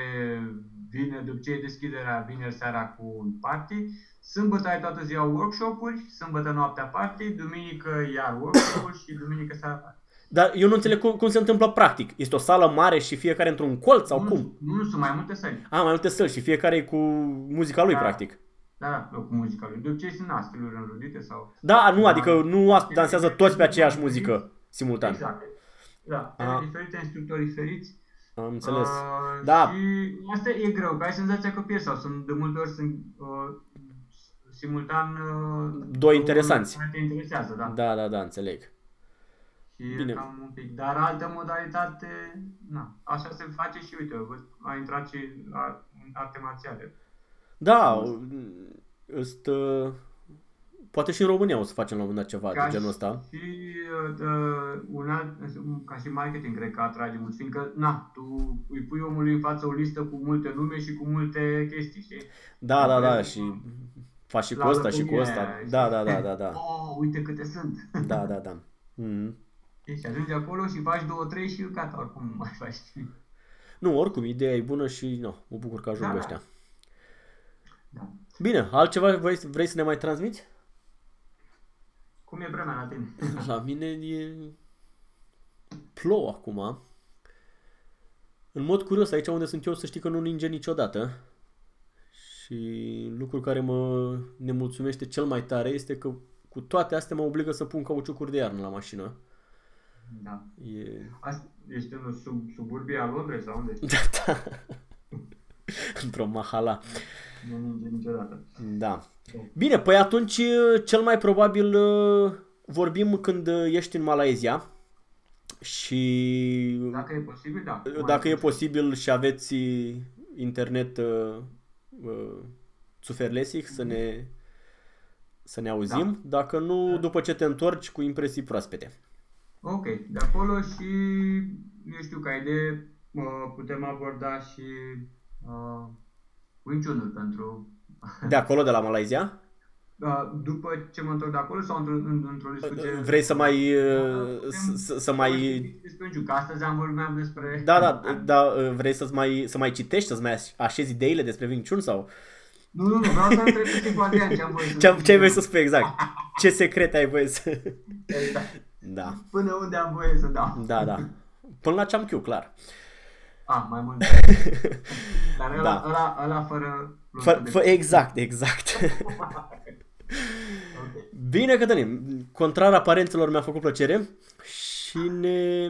vineri, de obicei deschiderea vineri seara cu un party, sâmbătă ai toată ziua workshop-uri, sâmbătă noaptea party, duminică iar workshop-uri și duminică seara party.
Dar eu nu înțeleg cum, cum se întâmplă practic. Este o sală mare și fiecare într-un colț sau
nu,
cum?
Nu, nu, sunt mai multe săli.
A, mai multe săli și fiecare e cu muzica lui,
Da.
practic.
Da, da, loc cu muzica lui. De obicei sunt astiluri înrudite sau...
Da, nu,
Da.
adică nu as- dansează toți pe aceeași muzică simultan.
Exact. Da,
Aha.
diferite instructori diferiți.
Am înțeles.
Uh,
Da.
Și asta e greu, că ai senzația că pierzi sau sunt de multe ori sunt uh, simultan uh,
Doi interesanți.
Care te interesează, da. da.
Da, da, da, înțeleg.
Și e
Bine.
cam un pic. Dar altă modalitate, na, așa se face și uite, vă- a intrat și la în arte marțiale.
Da,
Mm.
îst, uh, poate și în România o să facem la un moment dat ceva de genul ăsta.
Și uh, dă- un alt, ca și marketing cred că atrage mult, fiindcă, na, tu îi pui omului în față o listă cu multe nume și cu multe chestii, știi?
Da, da, da,
Vrem,
și
uh,
faci și cu
la
ăsta și cu
România,
ăsta.
știi?
Da, da, da, da, da.
(laughs) Oh, uite câte sunt!
Da, da, da. Mhm.
(laughs) Deci ajungi acolo și faci două, trei și gata, oricum nu mai faci.
Nu, oricum, ideea e bună și nu, mă bucur că ajung
Da.
ăștia.
Da.
Bine, altceva vrei, vrei să ne mai transmiți? (laughs)
Cum e vremea la tine?
La mine e plouă acum. În mod curios, aici unde sunt eu, să știi că nu ninge niciodată. Și lucrul care mă nemulțumește cel mai tare este că cu toate astea mă obligă să pun cauciucuri de iarnă la mașină.
Da.
E...
Asta ești în sub, suburbia Londrei sau unde?
Da, da. (laughs) Într-o mahala.
Nu ninge niciodată.
Da. Bine, păi atunci cel mai probabil uh, vorbim când uh, ești în Malaezia și
Dacă e posibil, da.
Dacă e posibil și aveți uh, internet uh, uh, suferlesic, să ne, să ne auzim.
Da.
Dacă nu, după ce te întorci cu impresii proaspete.
Ok, de acolo și eu știu ca idee mă, putem aborda și uh, minciunul pentru
De acolo, de la Malaysia?
uh, după ce mă întorc de acolo sau într-o, în- într-o discuție
Vrei să mai...
Da,
uh,
putem
să- să, să
vorbi
mai...
despre minciun, că astăzi am vorbit despre
Da, da, da, uh, vrei să mai, să mai citești, să-ți mai aș- așezi ideile despre vinciun
(laughs)
sau...
Nu, nu, nu, vreau să întreb puțin cu Adrian ce am voie să
Ce, ce ai voie să
spun.
spui exact? Ce secret ai voie să... (laughs)
Exact.
Da,
Până unde am voie să dau.
da, da. Până la ChamQ, clar.
Ah, mai
(laughs)
mult. Dar ăla,
Da.
da. ăla, ăla fără...
Fă, fă, exact, exact. (laughs)
Ok.
Bine, Cătălin, contrar aparențelor mi-a făcut plăcere și ne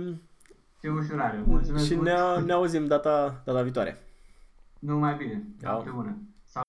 E o ușurare. Mulțumesc
Și
mult.
ne, ne auzim data, data viitoare.
Numai bine.
Ciao.
Noapte bună.